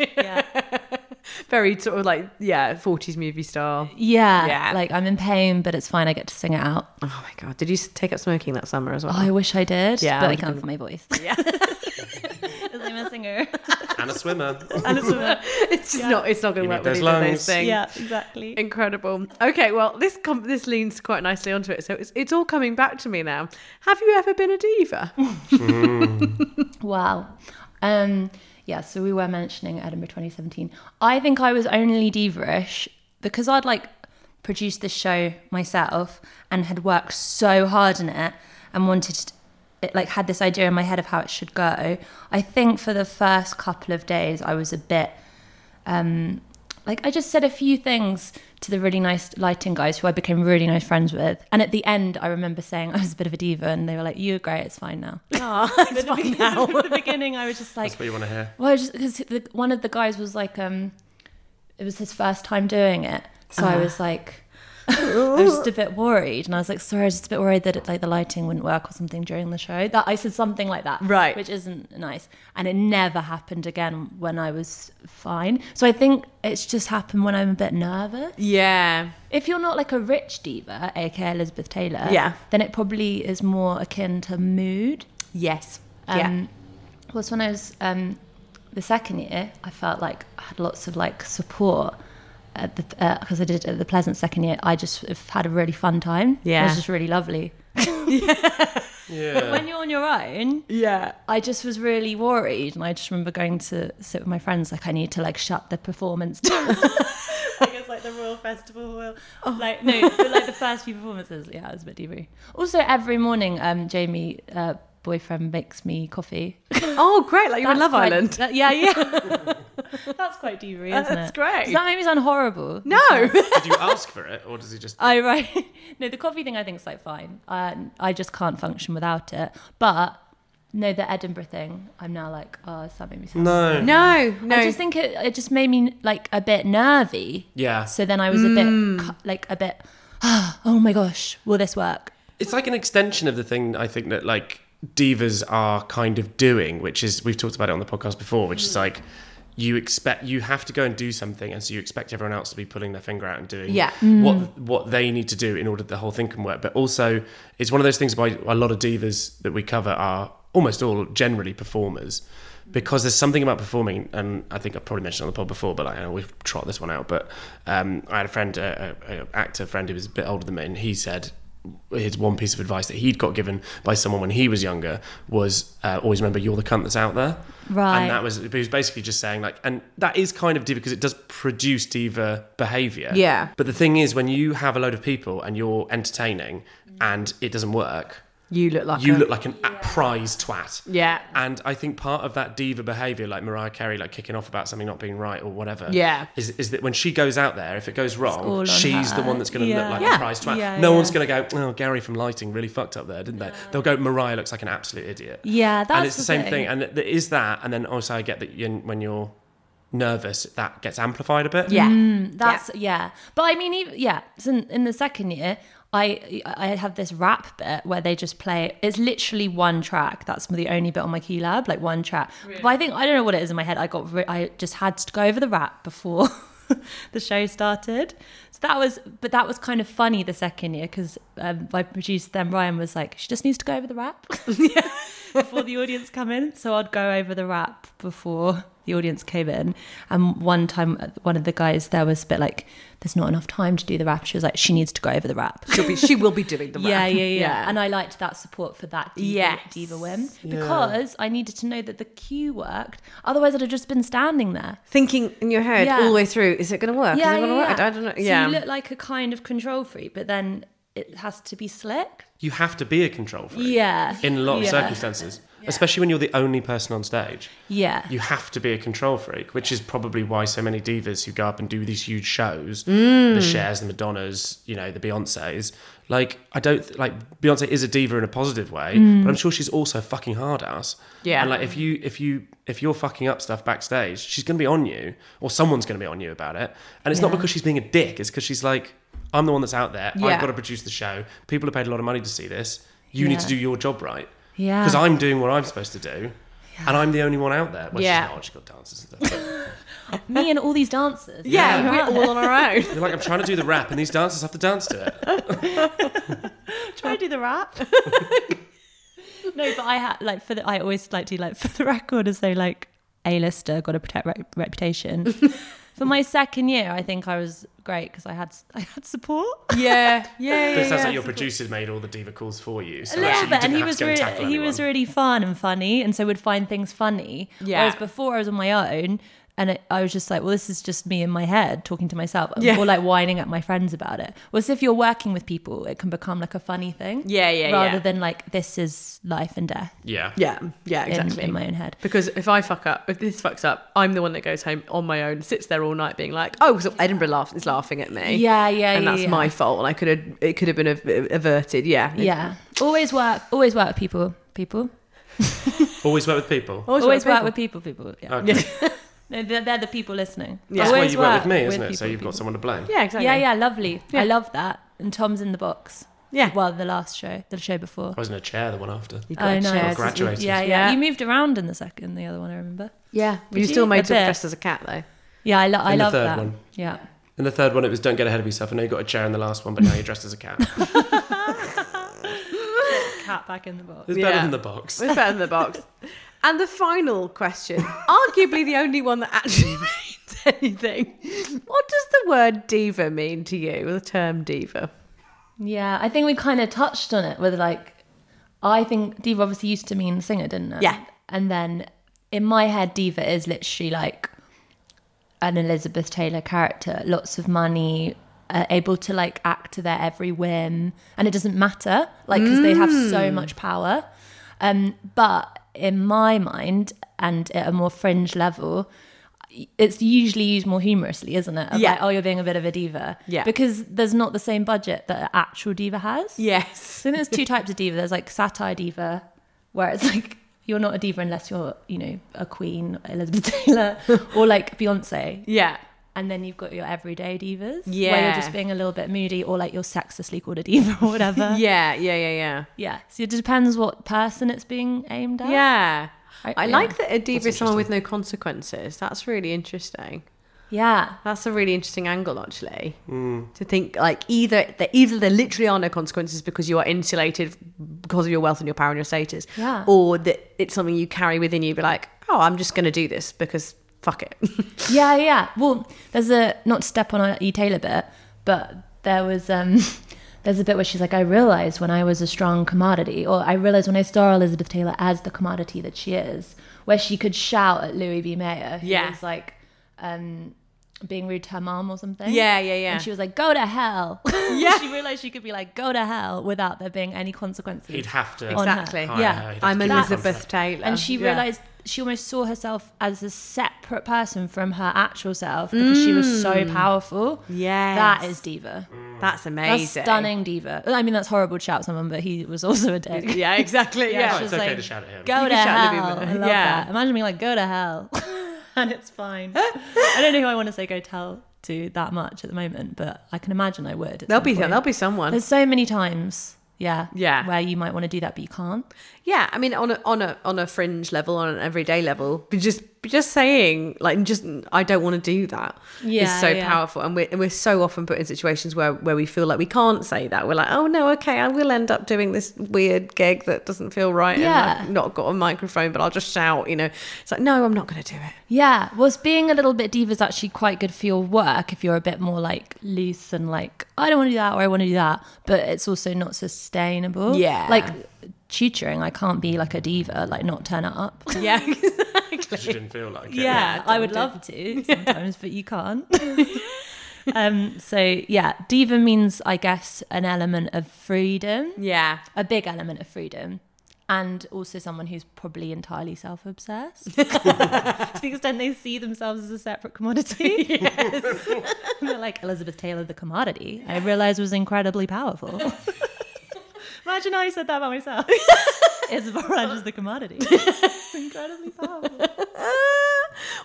A: Very sort of like yeah, forties movie style.
H: Yeah,
A: Yeah.
H: Like I'm in pain, but it's fine. I get to sing it out. Oh,
A: Oh my god! Did you s- take up smoking that summer as well?
H: I wish I did.
A: Yeah,
H: But
A: I
H: I can't for my voice. Yeah. I'm a singer.
B: and a swimmer.
A: it's just not. It's not going to
B: You need
A: work with
B: those
A: either of those
B: lungs.
A: things.
H: exactly.
A: Incredible. Okay, well, this com- this leans quite nicely onto it, so it's, it's all coming back to me now. Have you ever been a diva?
H: Wow. Um, yeah, so we were mentioning Edinburgh 2017. I think I was only diva-ish because I'd like produced this show myself and had worked so hard on it and wanted to, it, like had this idea in my head of how it should go. I think for the first couple of days I was a bit um like I just said a few things to the really nice lighting guys who I became really nice friends with. And at the end I remember saying I was a bit of a diva and they were like, You're great, it's fine now. But at the beginning- at the beginning, I was just like,
B: That's what you want to hear.
H: well, I just because one of the guys was like, um, it was his first time doing it, so
A: Ah.
H: I was like, I was just a bit worried, and I was like, sorry, I was just a bit worried that it, like the lighting wouldn't work or something during the show. That I said something like that,
A: Right.
H: Which isn't nice, and it never happened again when I was fine. So I think it's just happened when I'm a bit nervous.
A: Yeah.
H: If you're not like a rich diva, aka Elizabeth Taylor,
A: Yeah.
H: then it probably is more akin to mood.
A: Yes.
H: Um, was when I was um, the second year, I felt like I had lots of like support at the because I did at the Pleasant second year. I just have had a really fun time. it
A: Yeah.
H: was just really lovely.
B: Yeah.
H: When you're on your own,
A: yeah. Yeah.
H: I just was really worried, and I just remember going to sit with my friends like I need to like shut the performance down. Oh. like it's like the Royal Festival, Royal, like no, but, like the first few performances. Yeah, it was a bit dewy. Also, every morning, um, Jamie. Uh, Boyfriend makes me coffee.
A: Oh, great! Like you're in Love
H: That's quite-
A: Island.
H: that- yeah, yeah. That's quite dewy, isn't
A: That's
H: it?
A: great.
H: Does that make me sound horrible?
A: no.
B: Did you ask for it, or does he just?
H: I right. No, the coffee thing I think is like fine. I I just can't function without it. But no, the Edinburgh thing, I'm now like, oh, does that make me sound?
B: No.
A: no. No.
H: I just think it, it just made me like a bit nervy.
B: Yeah.
H: So then I was
A: Hmm.
H: a bit cu- like a bit. Oh my gosh, will this work?
B: It's like an extension of the thing I think that like divas are kind of doing, which is we've talked about it on the podcast before, which is like you expect you have to go and do something, and so you expect everyone else to be pulling their finger out and doing
A: Yeah.
B: what what they need to do in order that the whole thing can work. But also, it's one of those things why a lot of divas that we cover are almost all generally performers because there's something about performing, and I think I've probably mentioned it on the pod before, but like, I always trot this one out. But um, I had a friend, a, a, a actor friend who was a bit older than me, and he said his one piece of advice that he'd got given by someone when he was younger was uh, always remember you're the cunt that's out there.
H: Right.
B: And that was he was basically just saying like, and that is kind of diva because it does produce diva behavior.
A: Yeah.
B: But the thing is, when you have a load of people and you're entertaining and it doesn't work,
A: You look like
B: you
A: a-
B: look like an a prize twat.
A: Yeah.
B: And I think part of that diva behavior, like Mariah Carey, like kicking off about something not being right or whatever,
A: Yeah.
B: is, is that when she goes out there, if it goes
H: all
B: wrong,
H: on
B: she's
H: her.
B: the one that's going to
H: Yeah.
B: look like
H: Yeah.
B: a prize twat.
H: Yeah,
B: no
H: yeah.
B: one's going to go, oh, Gary from Lighting really fucked up there, didn't they? They'll go, Mariah looks like an absolute idiot.
H: Yeah,
B: and
H: that's
B: it's the,
H: the
B: same
H: thing.
B: thing. And there is that, and then also I get that you, when you're nervous, that gets amplified a bit.
A: yeah.
H: That's yeah. But I mean, even, yeah. So in, in the second year, I I have this rap bit where they just play. It's literally one track. That's the only bit on my key lab, like one track. But I think I don't know what it is in my head. I got re- I just had to go over the rap before the show started. So that was, but that was kind of funny the second year because um, my producer then Ryan was like, she just needs to go over the rap before the audience come in. So I'd go over the rap before the audience came in. And one time, one of the guys there was a bit like, "There's not enough time to do the rap." She was like, "She needs to go over the rap."
A: She'll be, she will be doing the rap.
H: Yeah, yeah, yeah, And I liked that support for that diva,
A: Yes.
H: diva whim because I needed to know that the cue worked. Otherwise, I'd have just been standing there.
A: Thinking in your head
H: Yeah.
A: all the way through, is it going to work? is it going to work? I don't know.
H: So
A: Yeah.
H: you look like a kind of control freak, but then it has to be slick.
B: You have to be a control freak.
H: Yeah.
B: In a lot of
H: Yeah.
B: circumstances, especially when you're the only person on stage.
H: Yeah.
B: you have to be a control freak, which is probably why so many divas who go up and do these huge shows, the
H: Mm.
B: Shares, the Madonnas, you know, the Beyonces. Like, I don't th- like Beyonce is a diva in a positive way,
H: Mm.
B: but I'm sure she's also a fucking hard ass.
A: Yeah.
B: And like, if you if you if you're fucking up stuff backstage, she's gonna be on you, or someone's gonna be on you about it. And it's not
H: Yeah.
B: because she's being a dick; it's because she's like, I'm the one that's out there.
A: Yeah.
B: I've got to produce the show. People have paid a lot of money to see this. You
H: Yeah.
B: need to do your job right.
H: Yeah.
B: Because I'm doing what I'm supposed to do. And I'm the only one out there. Well,
A: Yeah.
B: she's not. She's got dancers and stuff.
H: Me and all these dancers.
A: yeah,
H: You're out
A: we're all on our own.
B: You're like, I'm trying to do the rap, and these dancers have to dance to it.
H: Try to do the rap. no, but I had like for the, I always like to like for the record as though like A-lister got to protect re- reputation. for my second year, I think I was great because I had s- I had support.
A: Yeah, yeah,
B: But
A: yeah.
B: it sounds
A: yeah.
B: like your producer made all the diva calls for you. So
H: A little
B: actually, you
H: bit,
B: didn't
H: and he
B: have
H: was
B: to go and tackle
H: really, he was
B: anyone.
H: really fun and funny, and so would find things funny.
A: Yeah.
H: Whereas before I was on my own, and it, I was just like, well, this is just me in my head talking to myself,
A: Yeah.
H: or like whining at my friends about it. Whereas if you're working with people, it can become like a funny thing.
A: Yeah, yeah,
H: Rather
A: yeah.
H: than like this is life and death
B: Yeah.
A: yeah, yeah,
H: in,
A: exactly.
H: in my own head.
A: because if I fuck up, if this fucks up, I'm the one that goes home on my own, sits there all night, being like, "Oh, because Edinburgh laugh- is laughing at me."
H: Yeah, yeah,
A: and
H: yeah,
A: that's
H: yeah.
A: my fault, and I could have it could have been av- averted. Yeah,
H: Yeah. Always work. Always work with people. People.
B: Always work with people.
A: Always,
H: Always
A: work
H: work with people. People. Yeah.
B: Okay.
H: No, They're, they're the people listening.
A: Yeah.
B: That's why
H: Always
B: you work with me, isn't it?
H: people,
B: so you've
H: people.
B: got someone to blame.
A: Yeah, exactly.
H: Yeah, yeah, lovely.
A: Yeah.
H: I love that. And Tom's in the box.
A: Yeah.
H: Well, the last show, the show before.
B: I was in a chair the one after.
A: got
H: no.
A: chairs.
B: Graduated.
H: Yeah, yeah,
A: Yeah.
H: You moved around in the second, the other one I remember.
A: yeah. But you
H: Did
A: still
H: you?
A: made
H: A
A: it
H: bit.
A: dressed as a cat though.
H: Yeah, I, lo- I
B: In the
H: love
B: third
H: that.
B: one.
H: Yeah.
B: And the third one, it was don't get ahead of yourself. I know you got a chair in the last one, but now you're dressed as a cat. It's
H: Cat back in the box.
A: Yeah.
B: better than the box.
A: It's better than the box. And the final question, arguably the only one that actually means anything. What does the word diva mean to you? Or the term diva?
H: Yeah, I think we kind of touched on it with like, I think diva obviously used to mean singer, didn't it?
A: Yeah.
H: And then in my head, diva is literally like an Elizabeth Taylor character, lots of money, uh, able to like act to their every whim, and it doesn't matter, like because they have so much power. Um, but in my mind, and at a more fringe level, it's usually used more humorously, isn't it? Of
A: Yeah.
H: Like, oh, you're being a bit of a diva.
A: Yeah.
H: Because there's not the same budget that an actual diva has.
A: Yes.
H: So I think there's two types of diva. There's like satire diva, where it's like you're not a diva unless you're, you know, a queen, Elizabeth Taylor, or like Beyonce.
A: Yeah.
H: And then you've got your everyday divas, where
A: Yeah.
H: you're just being a little bit moody, or like you're sexistly called a diva or whatever.
A: Yeah. Yeah. Yeah. Yeah.
H: Yeah. So it depends what person it's being aimed at.
A: Yeah. I,
H: I-
A: like
H: yeah.
A: Oh, that a diva is someone with no consequences. That's really interesting.
H: Yeah.
A: That's a really interesting angle, actually,
H: Hmm.
A: to think like either that either there literally are no consequences because you are insulated because of your wealth and your power and your status,
H: Yeah.
A: or that it's something you carry within you, be like, oh, I'm just going to do this because fuck it.
H: Yeah, yeah. Well, there's a not to step on our E Taylor bit, but there was um there's a bit where she's like, I realized when I was a strong commodity, or I realized when I saw Elizabeth Taylor as the commodity that she is, where she could shout at Louis B. Mayer, who
A: Yeah.
H: was like um being rude to her mom or something.
A: Yeah, yeah, yeah.
H: And she was like, Go to hell.
A: Yeah.
H: she realized she could be like, Go to hell without there being any consequences.
B: He'd have to.
H: on her.
A: Exactly.
B: Hire
H: Yeah.
B: her, he'd have
A: I'm
B: to give her
A: Elizabeth
B: contract.
A: Taylor,
H: and she
A: Yeah.
H: realized she almost saw herself as a separate person from her actual self because she was so powerful.
A: Mm. Yes.
H: that is diva.
A: that's
H: That's
A: amazing,
H: stunning diva. I mean, that's horrible to shout at someone, but he was also a dick.
A: Yeah, exactly.
H: Yeah,
A: Yeah,
H: she
B: it's
H: was
B: okay
H: like,
B: to shout at him.
H: Go
A: You
H: to
A: can shout at
H: hell.
A: Libby,
H: I
A: but-
H: love
A: yeah.
H: that. Imagine being like, go to hell, and it's fine. I don't know who I want to say go tell to that much at the moment, but I can imagine I would. at
A: there'll
H: some
A: be
H: point.
A: there'll be someone.
H: There's so many times. Yeah.
A: Yeah.
H: Where you might want to do that, but you can't.
A: Yeah, I mean, on a on a on a fringe level, on an everyday level, but just but just saying like just I don't want to do that is
H: Yeah,
A: so
H: yeah.
A: powerful, and we're and we're so often put in situations where where we feel like we can't say that. We're like, oh no, okay, I will end up doing this weird gig that doesn't feel right,
H: Yeah.
A: and I've not got a microphone, but I'll just shout. You know, it's like no, I'm not going to do it.
H: Yeah, was being a little bit diva is actually quite good for your work if you're a bit more like loose and like I don't want to do that or I want to do that, but it's also not sustainable.
A: Yeah.
H: like tutoring, I can't be like a diva, like not turn up.
A: Yeah, exactly.
B: She didn't feel like it.
H: Yeah, I would love to sometimes, but you can't. um, so yeah, diva means I guess an element of freedom,
A: Yeah,
H: a big element of freedom. And also someone who's probably entirely self-obsessed, to the extent they see themselves as a separate commodity. They're like Elizabeth Taylor, the commodity. I realized was incredibly powerful. Imagine how I said that about myself. Isabel is the commodity. It's incredibly powerful.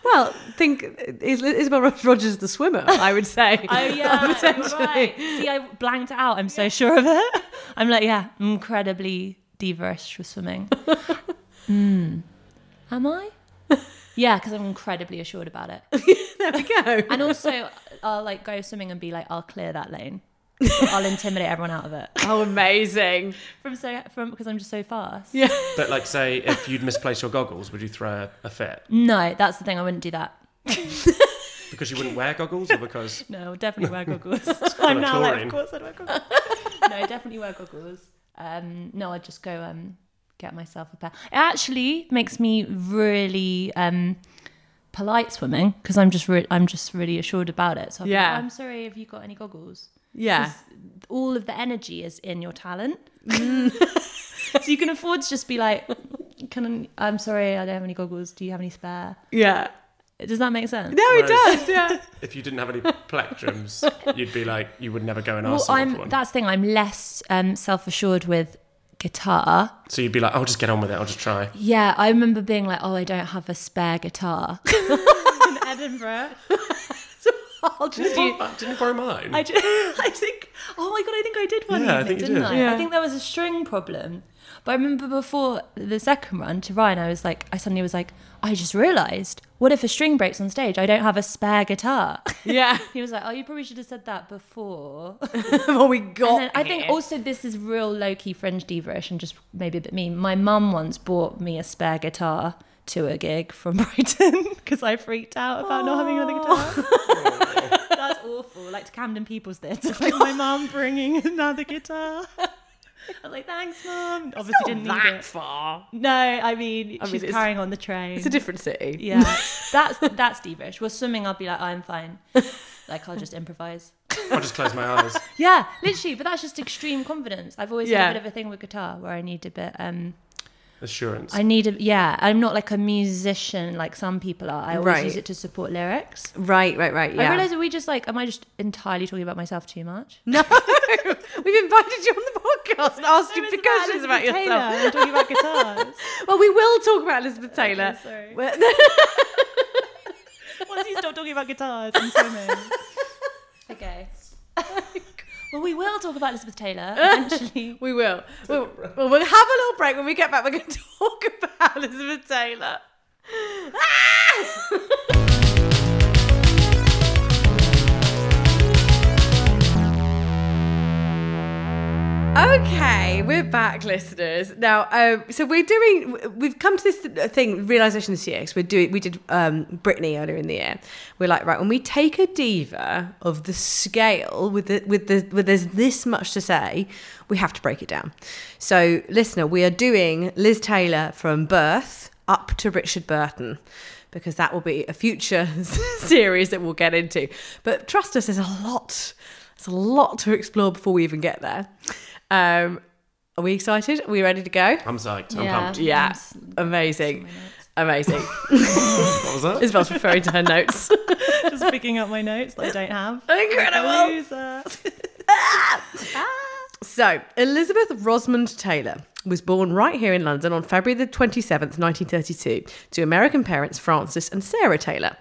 A: well, think is Isabel Rogers the swimmer? I would say.
H: Oh yeah,
A: potentially.
H: right. See, I blanked it out. I'm so sure of it. I'm like, yeah, incredibly diva-ish for swimming. mm. Am I? Yeah, because I'm incredibly assured about it.
A: there we go.
H: And also, I'll like go swimming and be like, I'll clear that lane. Or I'll intimidate everyone out of it
A: oh, amazing.
H: from so from because I'm just so fast.
B: But like, say, if you'd misplaced your goggles, would you throw a, a fit
H: No, that's the thing. I wouldn't do that.
B: because you wouldn't wear goggles, or because
H: No, I'll definitely wear goggles. I'm
B: like
H: now like,
B: chlorine.
H: of course I'd wear goggles. no, I definitely wear goggles. Um, no, I'd just go um, get myself a pair. It actually makes me really um, polite swimming because I'm just re- I'm just really assured about it. So I'll be like,
A: Yeah.
H: "Oh, I'm sorry, have you got any goggles?
A: Yeah.
H: All of the energy is in your talent.
A: Mm.
H: so you can afford to just be like, can I, I'm sorry, I don't have any goggles. Do you have any spare?
A: Yeah.
H: Does that make sense?
A: No, it
B: Whereas-
A: does. Yeah.
B: if you didn't have any plectrums, you'd be like, you would never go and
H: Well,
B: ask someone for
H: I'm
B: one.
H: that's the thing. I'm less um, self-assured with guitar.
B: So you'd be like, I'll just get on with it. I'll just try.
H: Yeah, I remember being like, "Oh, I don't have a spare guitar." In Edinburgh,
A: I'll just
B: Didn't you, didn't you borrow mine?
H: I, ju- I think. Oh my god, I think I did one
B: Yeah, I
H: evening,
B: think you
H: didn't
B: did.
H: I?
A: Yeah.
H: I think there was a string problem. But I remember before the second run to Ryan, I was like, I suddenly was like, I just realised, what if a string breaks on stage? I don't have a spare guitar.
A: Yeah.
H: he was like, Oh, you probably should have said that before.
A: Well, we got.
H: And then I think also this is real low key fringe diva-ish and just maybe a bit mean. My mum once bought me a spare guitar to a gig from Brighton because I freaked out about not having another guitar. That's awful. Like to Camden People's Theatre, like my mum bringing another guitar. I'm like, thanks, mum. Obviously didn't need
A: that
H: it.
A: far.
H: No, I mean,
A: mean,
H: she's
A: it's-
H: carrying on the train.
A: It's a different city.
H: yeah, that's that's diva-ish. Well, swimming, I'll be like, I'm fine. Like I'll just improvise.
B: I'll just close my eyes.
H: Yeah, literally. But that's just extreme confidence. I've always
A: Yeah.
H: had a bit of a thing with guitar where I need a bit. Um,
B: Assurance.
H: I need a yeah. I'm not like a musician like some people are. I always
A: Right.
H: use it to support lyrics.
A: Right, right, right. Yeah.
H: I realize that we just like. Am I just entirely talking about myself too much?
A: no, we've invited you on the podcast and asked you big questions about
H: Elizabeth
A: yourself.
H: Taylor, I'm talking about guitars.
A: Well, we will talk about Elizabeth Taylor.
H: sorry.
A: Well,
H: Once you stop talking about guitars and swimming. okay. well, we will talk about Elizabeth Taylor eventually.
A: we will. We'll, we'll, we'll have a little break when we get back. We're going to talk about Elizabeth Taylor. Ah! Okay, we're back, listeners. Now, um, so we're doing. We've come to this thing realization this year because we're doing. We did um, Britney earlier in the year. We're like, right, when we take a diva of the scale with the with the with there's this much to say, we have to break it down. So, listener, we are doing Liz Taylor from Birth up to Richard Burton. Because that will be a future series that we'll get into. But trust us, there's a lot it's a lot to explore before we even get there. Um, are we excited? Are we ready to go?
B: I'm psyched. I'm
H: Yeah.
B: pumped.
A: Yeah. Amazing. Amazing.
B: What was that?
A: Isabel's referring to her notes.
H: Just picking up my notes that I don't have.
A: Incredible.
H: Loser.
A: So, Elizabeth Rosmond Taylor was born right here in London on February the 27th, 1932, to American parents Francis and Sarah Taylor.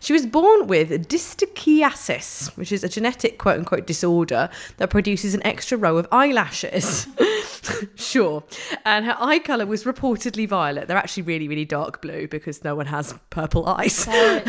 A: She was born with dystachiasis, which is a genetic quote unquote disorder that produces an extra row of eyelashes. sure. And her eye colour was reportedly violet. They're actually really, really dark blue because no one has purple eyes.
H: Violet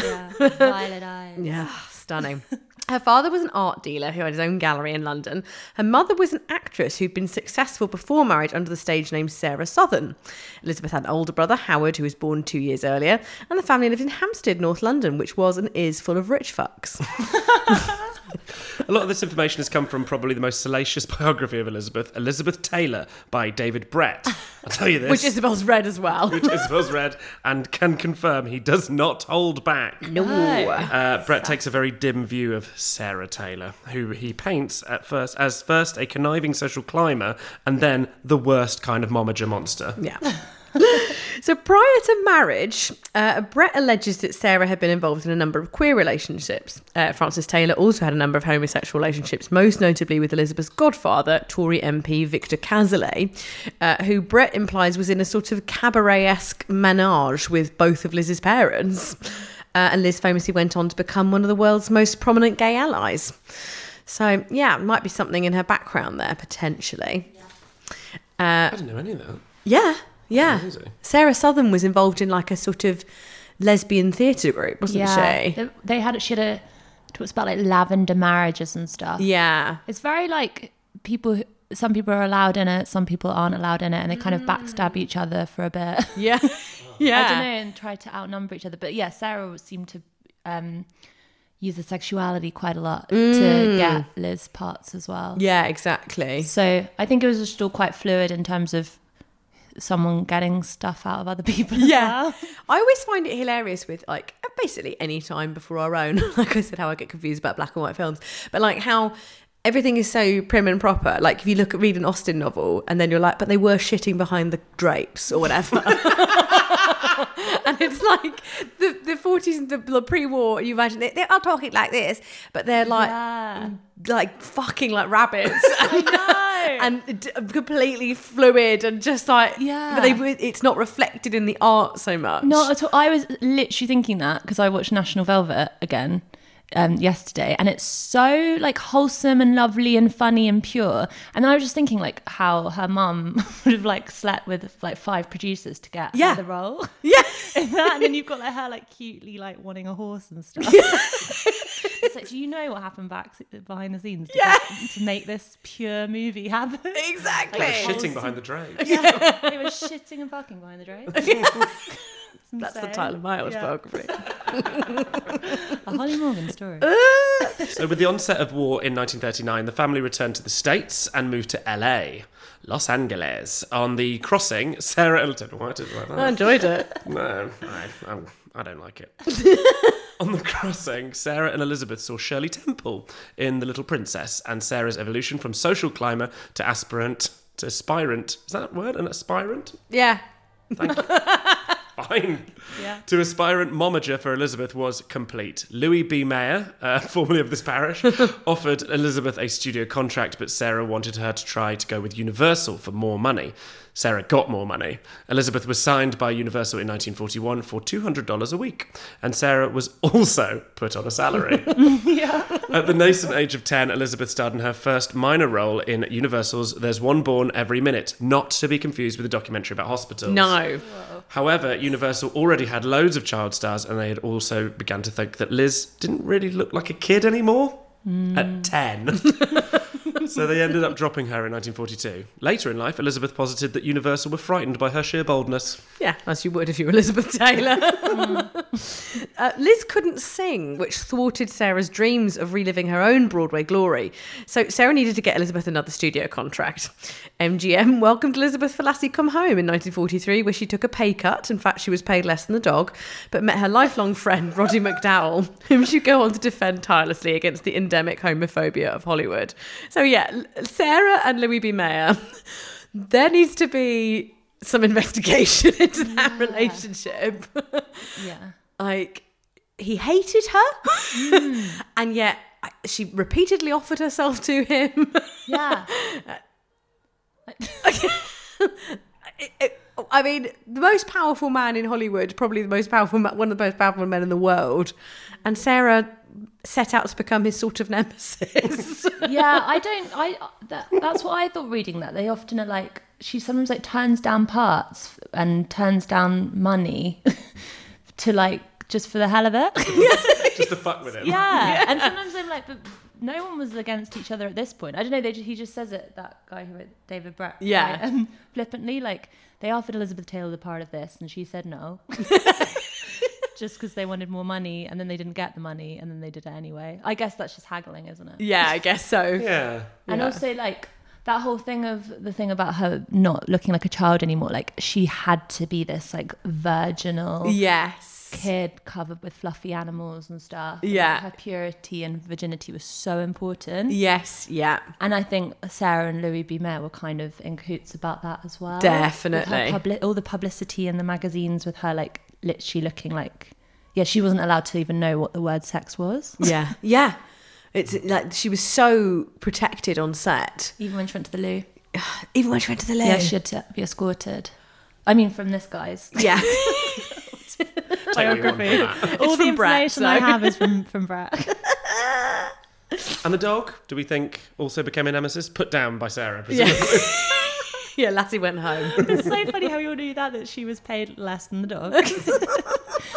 H: eyes.
A: Yeah, Ah, stunning. Her father was an art dealer who had his own gallery in London. Her mother was an actress who'd been successful before marriage under the stage name Sarah Southern. Elizabeth had an older brother, Howard, who was born two years earlier, and the family lived in Hampstead, North London, which was and is full of rich fucks.
B: A lot of this information has come from probably the most salacious biography of Elizabeth, Elizabeth Taylor by David Brett. I'll tell you this.
A: which Isabel's read as well.
B: which Isabel's read and can confirm he does not hold back.
A: No.
B: Uh, Brett takes a very dim view of Sarah Taylor, who he paints at first as first a conniving social climber and then the worst kind of momager monster.
A: Yeah. so prior to marriage, uh, Brett alleges that Sarah had been involved in a number of queer relationships. Uh, Francis Taylor also had a number of homosexual relationships, most notably with Elizabeth's godfather, Tory MP Victor Cazalet, uh, who Brett implies was in a sort of cabaret esque menage with both of Liz's parents. Uh, and Liz famously went on to become one of the world's most prominent gay allies. So, yeah, might be something in her background there, potentially.
B: I didn't know any of that.
A: Yeah, yeah.
B: Amazing.
A: Sarah Southern was involved in like a sort of lesbian theatre group, wasn't
H: Yeah.
A: she?
H: They, they had she had a talks about like lavender marriages and stuff.
A: Yeah.
H: It's very like people. who- Some people are allowed in it. Some people aren't allowed in it, and they kind of backstab each other for a bit.
A: Yeah. Mm. yeah.
H: I don't know, and try to outnumber each other. But yeah, Sarah seemed to um, use her sexuality quite a lot to get Liz parts as well.
A: Mm. Yeah, exactly.
H: So I think it was just all quite fluid in terms of someone getting stuff out of other people. as
A: Yeah.
H: well.
A: I always find it hilarious with like basically any time before our own. like I said, how I get confused about black and white films, but like how everything is so prim and proper. Like if you look at read an Austen novel and then you're like, but they were shitting behind the drapes or whatever. and it's like the the forties and the, the pre war. You imagine they, they are talking like this, but they're like
H: Yeah.
A: Mm. like fucking like rabbits and, and d- completely fluid and just like
H: Yeah.
A: but they were- it's not reflected in the art so much
H: Not at all. I was literally thinking that because I watched National Velvet again um, yesterday, and it's so like wholesome and lovely and funny and pure. And then I was just thinking like how her mum would have like slept with like five producers to get her
A: Yeah.
H: the role.
A: yeah
H: In that, and then you've got like her like cutely like wanting a horse and stuff. it's like, do you know what happened back behind the scenes to,
A: Yeah.
H: get- to make this pure movie happen?
A: exactly
B: Shitting behind the drapes.
H: They were shitting and fucking behind the drapes.
A: that's the title of my autobiography
H: A Holly Morgan story.
B: So, with the onset of war in 1939, the family returned to the States and moved to LA, Los Angeles. On the crossing, Sarah. I don't know why I didn't like that.
A: i enjoyed it
B: No, I, I'm, I don't like it. On the crossing, Sarah and Elizabeth saw Shirley Temple in The Little Princess and Sarah's evolution from social climber to aspirant to aspirant. Is that a word? An aspirant?
A: yeah
B: Fine. To aspirant momager for Elizabeth was complete. Louis B. Mayer, uh, formerly of this parish, offered Elizabeth a studio contract, but Sarah wanted her to try to go with Universal for more money. Sarah got more money. Elizabeth was signed by Universal in 1941 for $200 a week, and Sarah was also put on a salary. At the nascent age of 10, Elizabeth starred in her first minor role in Universal's There's One Born Every Minute, not to be confused with a documentary about hospitals.
A: no
B: However, Universal already had loads of child stars, and they had also began
H: Hmm.
B: to think that Liz didn't really look like a kid anymore at 10. So they ended up dropping her in 1942. Later in life, Elizabeth posited that Universal were frightened by her sheer boldness.
A: Yeah, as you would if you were Elizabeth Taylor. uh, Liz couldn't sing, which thwarted Sarah's dreams of reliving her own Broadway glory. So Sarah needed to get Elizabeth another studio contract. MGM welcomed Elizabeth for Lassie Come Home in 1943, where she took a pay cut. In fact, she was paid less than the dog, but met her lifelong friend, Roddy McDowell, whom she'd go on to defend tirelessly against the endemic homophobia of Hollywood. So, yeah, L- Sarah and Louis B. Mayer. There needs to be some investigation into that relationship.
H: yeah.
A: like, he hated her, Hmm. and yet I- she repeatedly offered herself to him.
H: Yeah.
A: It- it- I mean, the most powerful man in Hollywood, probably the most powerful, ma- one of the most powerful men in the world, and Sarah set out to become his sort of nemesis.
H: yeah, I don't. I that, that's what I thought reading that. They often are like she sometimes like turns down parts and turns down money to like just for the hell of it.
B: Just to fuck with him.
H: Yeah, and sometimes I'm like, but no one was against each other at this point. I don't know. They ju- he just says it. That guy who wrote David Brett.
A: Yeah.
H: right, um, flippantly like they offered Elizabeth Taylor the part of this, and she said no. Just because they wanted more money, and then they didn't get the money, and then they did it anyway. I guess that's just haggling, isn't it?
A: yeah, I guess so.
B: Yeah.
H: And also like that whole thing of the thing about her not looking like a child anymore, like she had to be this like virginal
A: Yes.
H: kid covered with fluffy animals and stuff.
A: Yeah.
H: Her purity and virginity was so important.
A: Yes, yeah.
H: And I think Sarah and Louis B. Mayer were kind of in cahoots about that as well.
A: Definitely.
H: With her publi- all the publicity in the magazines with her like literally looking like yeah, she wasn't allowed to even know what the word sex was.
A: Yeah. Yeah. It's like she was so protected on set.
H: Even when she went to the loo.
A: Even when she went to the loo.
H: Yeah, she had to be escorted. I mean, from this guy's.
A: Yeah.
B: Take what you want from that.
H: All the
A: from Brett,
H: information I
A: so-
H: have is from, from Brett.
B: And the dog, do we think, also became a nemesis? Put down by Sarah, presumably.
A: yeah, Lassie went home.
H: it's so funny how we all knew that, that she was paid less than the dog.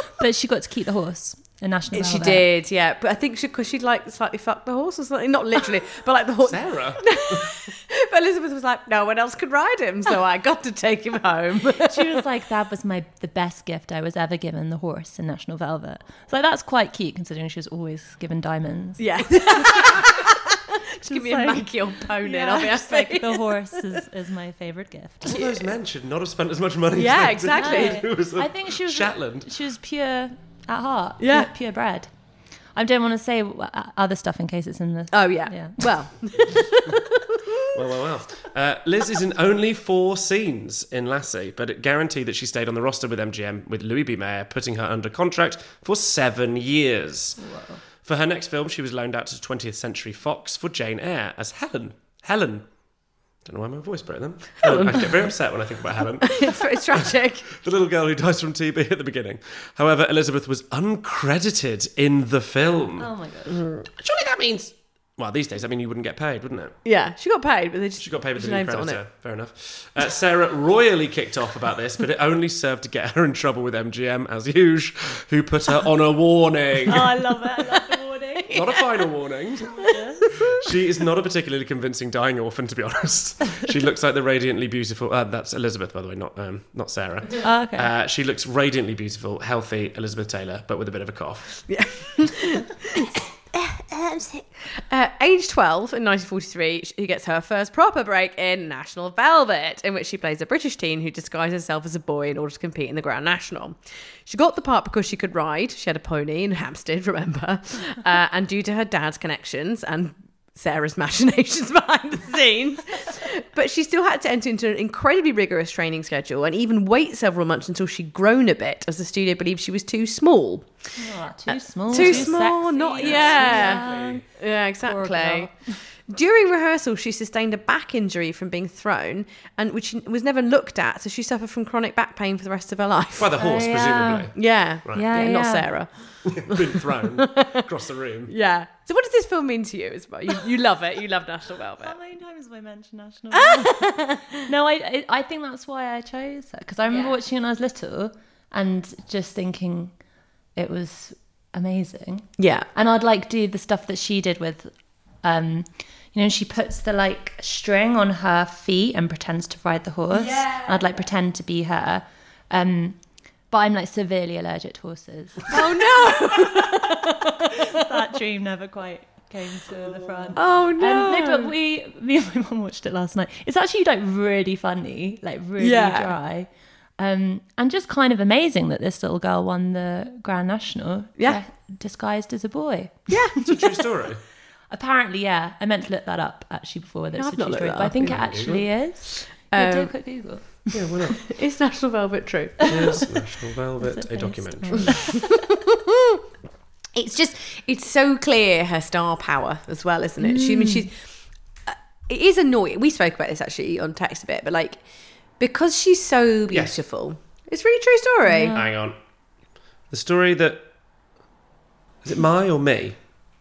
H: but she got to keep the horse, a national
A: she
H: velvet.
A: did, yeah. But I think she, because she'd like slightly fucked the horse or something. Not literally, but like the horse.
B: Sarah?
A: But Elizabeth was like, no one else could ride him, so I got to take him home.
H: She was like, that was my the best gift I was ever given, the horse in national velvet. So that's quite cute considering she was always given diamonds.
A: yeah. Give me a
H: like-
A: monkey or pony, and
H: Yeah,
A: I'll be
H: just
A: happy.
H: like the horse is, is my favorite gift.
B: All those men should not have spent as much money.
A: Yeah,
B: as they did.
A: exactly.
B: It was a
H: I think she was
B: Shetland.
H: She was pure at heart.
A: Yeah.
H: pure, purebred. I don't want to say uh, other stuff in case it's in the.
A: Oh yeah.
H: Yeah.
A: Well,
B: Well, well, well. Uh, Liz is in only four scenes in Lassie, but it guaranteed that she stayed on the roster with MGM, with Louis B. Mayer putting her under contract for seven years. For her next film, she was loaned out to 20th Century Fox for Jane Eyre as Helen. Helen. Don't know why my voice broke then. Helen. I get very upset when I think about Helen.
A: it's, it's tragic.
B: the little girl who dies from TB at the beginning. However, Elizabeth was uncredited in the film.
H: Oh my god.
B: Surely that means. Well, these days, I mean, you wouldn't get paid, wouldn't it?
A: Yeah, she got paid, but they just
B: She got paid with
A: she
B: the new
A: named it on
B: creditor. Fair enough. Uh, Sarah royally kicked off about this, but it only served to get her in trouble with MGM, as usual, who put her on a warning.
H: Oh, I love it. I love the warning.
B: Not a final warning. she is not a particularly convincing dying orphan, to be honest. She looks like the radiantly beautiful. Uh, that's Elizabeth, by the way, not um, not Sarah.
H: Oh, okay.
B: Uh, she looks radiantly beautiful, healthy Elizabeth Taylor, but with a bit of a cough.
A: Uh, age 12 in 1943, she gets her first proper break in National Velvet, in which she plays a British teen who disguises herself as a boy in order to compete in the Grand National. She got the part because she could ride. She had a pony in Hampstead, remember? Uh, and due to her dad's connections and Sarah's machinations behind the scenes. But she still had to enter into an incredibly rigorous training schedule and even wait several months until she'd grown a bit, as the studio believed she was too small.
H: Ah, too small.
A: Uh, too small,
H: sexy,
A: not-
H: too
A: yeah.
H: young.
A: Yeah,
H: girl.
A: exactly. During rehearsal, she sustained a back injury from being thrown, and which was never looked at. So she suffered from chronic back pain for the rest of her life.
B: By the horse,
H: Uh, yeah.
B: presumably.
A: yeah.
H: Yeah,
A: not
H: yeah.
A: Sarah.
B: Been thrown across the room.
A: Yeah. So what does this film mean to you as well? You, you love it. You love National Velvet.
H: How many times have I mentioned national? no, I I- I think that's why I chose that because I remember
A: Yeah.
H: watching it when I was little and just thinking it was amazing.
A: Yeah.
H: And I'd like do the stuff that she did with, um, You know, she puts the like string on her feet and pretends to ride the horse. Yeah. I'd like pretend to be her. Um, but I'm like severely allergic to horses.
A: Oh no!
H: that dream never quite came to the front.
A: Oh
H: Um,
A: no!
H: no, but we, me and my mum watched it last night. It's actually like really funny, like really
A: Yeah.
H: dry, um, and just kind of amazing that this little girl won the Grand National.
A: Yeah.
H: di- disguised as a boy.
B: It's a true story.
H: Apparently, yeah. I meant to look that up actually before whether
A: No,
H: it's
A: I've
H: a
A: not
H: true
A: looked
H: story,
A: that
H: but I
A: up. Um,
H: think it actually is. yeah, do a quick Google.
B: yeah, why not?
A: It's National Velvet Troop.
B: Yes, National Velvet,
H: It's
B: a
H: a
B: documentary.
A: it's just it's so clear her star power as well isn't it she I mean she's uh, it is annoying we spoke about this actually on text a bit but like because she's so
B: Yes.
A: beautiful it's a really true story
B: Hang on. The story that. Is it My or Me?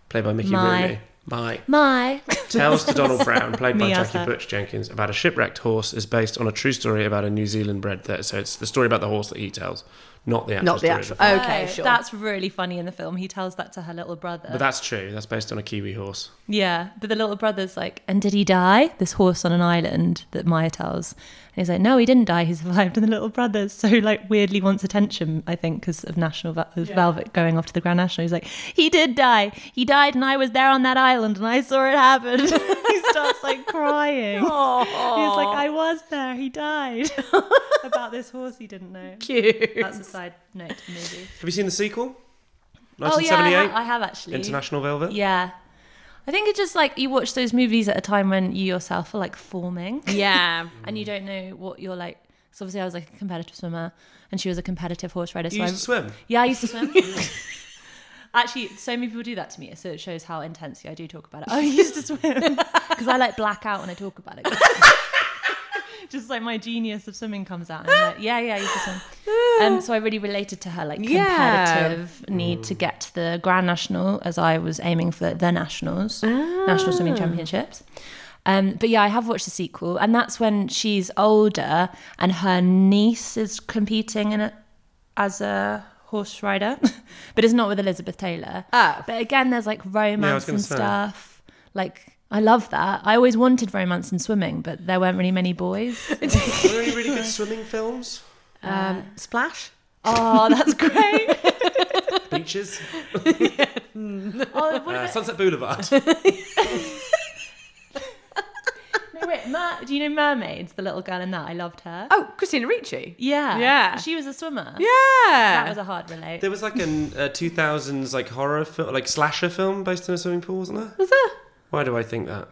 B: Played by Mickey
H: My.
B: Rooney. My.
H: My
B: Tells to Donald Brown, played by
H: Me as
B: Jackie
H: her.
B: Butch Jenkins, about a shipwrecked horse is based on a true story about a New Zealand bred. Th- so it's the story about the horse that he tells, not the actual
A: not the
B: story of
A: actual
B: the horse.
A: okay
H: Oh,
A: sure
H: That's really funny in the film. He tells that to her little brother.
A: oh.
B: But that's true. That's based on a Kiwi horse.
H: Yeah, but the little brother's like, and did he die? This horse on an island that Maya tells. And he's like, no, he didn't die. He survived. And the little brother's so like weirdly wants attention, I think, because of National Vel- of Velvet going off to the Grand National. He's like, he did die. He died, and I was there on that island, and I saw it happen. he starts like crying. He's like, I was there. He died about this horse he didn't know.
A: cute
H: That's a side note to the movie.
B: Have you seen the sequel?
H: Oh yeah, I,
B: 1978?
H: ha- I have actually.
B: International Velvet?
H: Yeah. I think it's just like you watch those movies at a time when you yourself are like forming
A: yeah
H: and you don't know what you're like. So obviously I was like a competitive swimmer and she was a competitive horse rider. So
B: You
H: I,
B: used to swim.
H: yeah, I used to swim. Actually, so many people do that to me, so it shows how intensely I do talk about it. I used to swim because I like black out when I talk about it. Just like my genius of swimming comes out, and I'm like, yeah, yeah, I used to swim. Um, so I really related to her like
A: Yeah.
H: competitive need to get to the Grand National as I was aiming for the Nationals, National Swimming Championships. Um, but yeah, I have watched the sequel, and that's when she's older and her niece is competing in it as a horse rider, but it's not with Elizabeth Taylor.
A: Oh.
H: But again, there's like romance
B: gonna
H: and
B: say.
H: stuff. Like, I love that. I always wanted romance and swimming, but there weren't really many boys.
B: Are there any really good swimming films?
A: um splash
H: oh, that's great.
B: Beaches?
H: Oh, what
B: Uh,
H: about,
B: Sunset Boulevard.
H: no, wait, Mer- do you know Mermaids, the little girl in that? I loved her.
A: oh Christina Ricci
H: Yeah.
A: Yeah.
H: She was a swimmer.
A: yeah
H: That was a hard relate.
B: There was like an uh, 2000s like horror film, like slasher film based in a swimming pool, wasn't there?
A: Was there?
B: Why do I think that?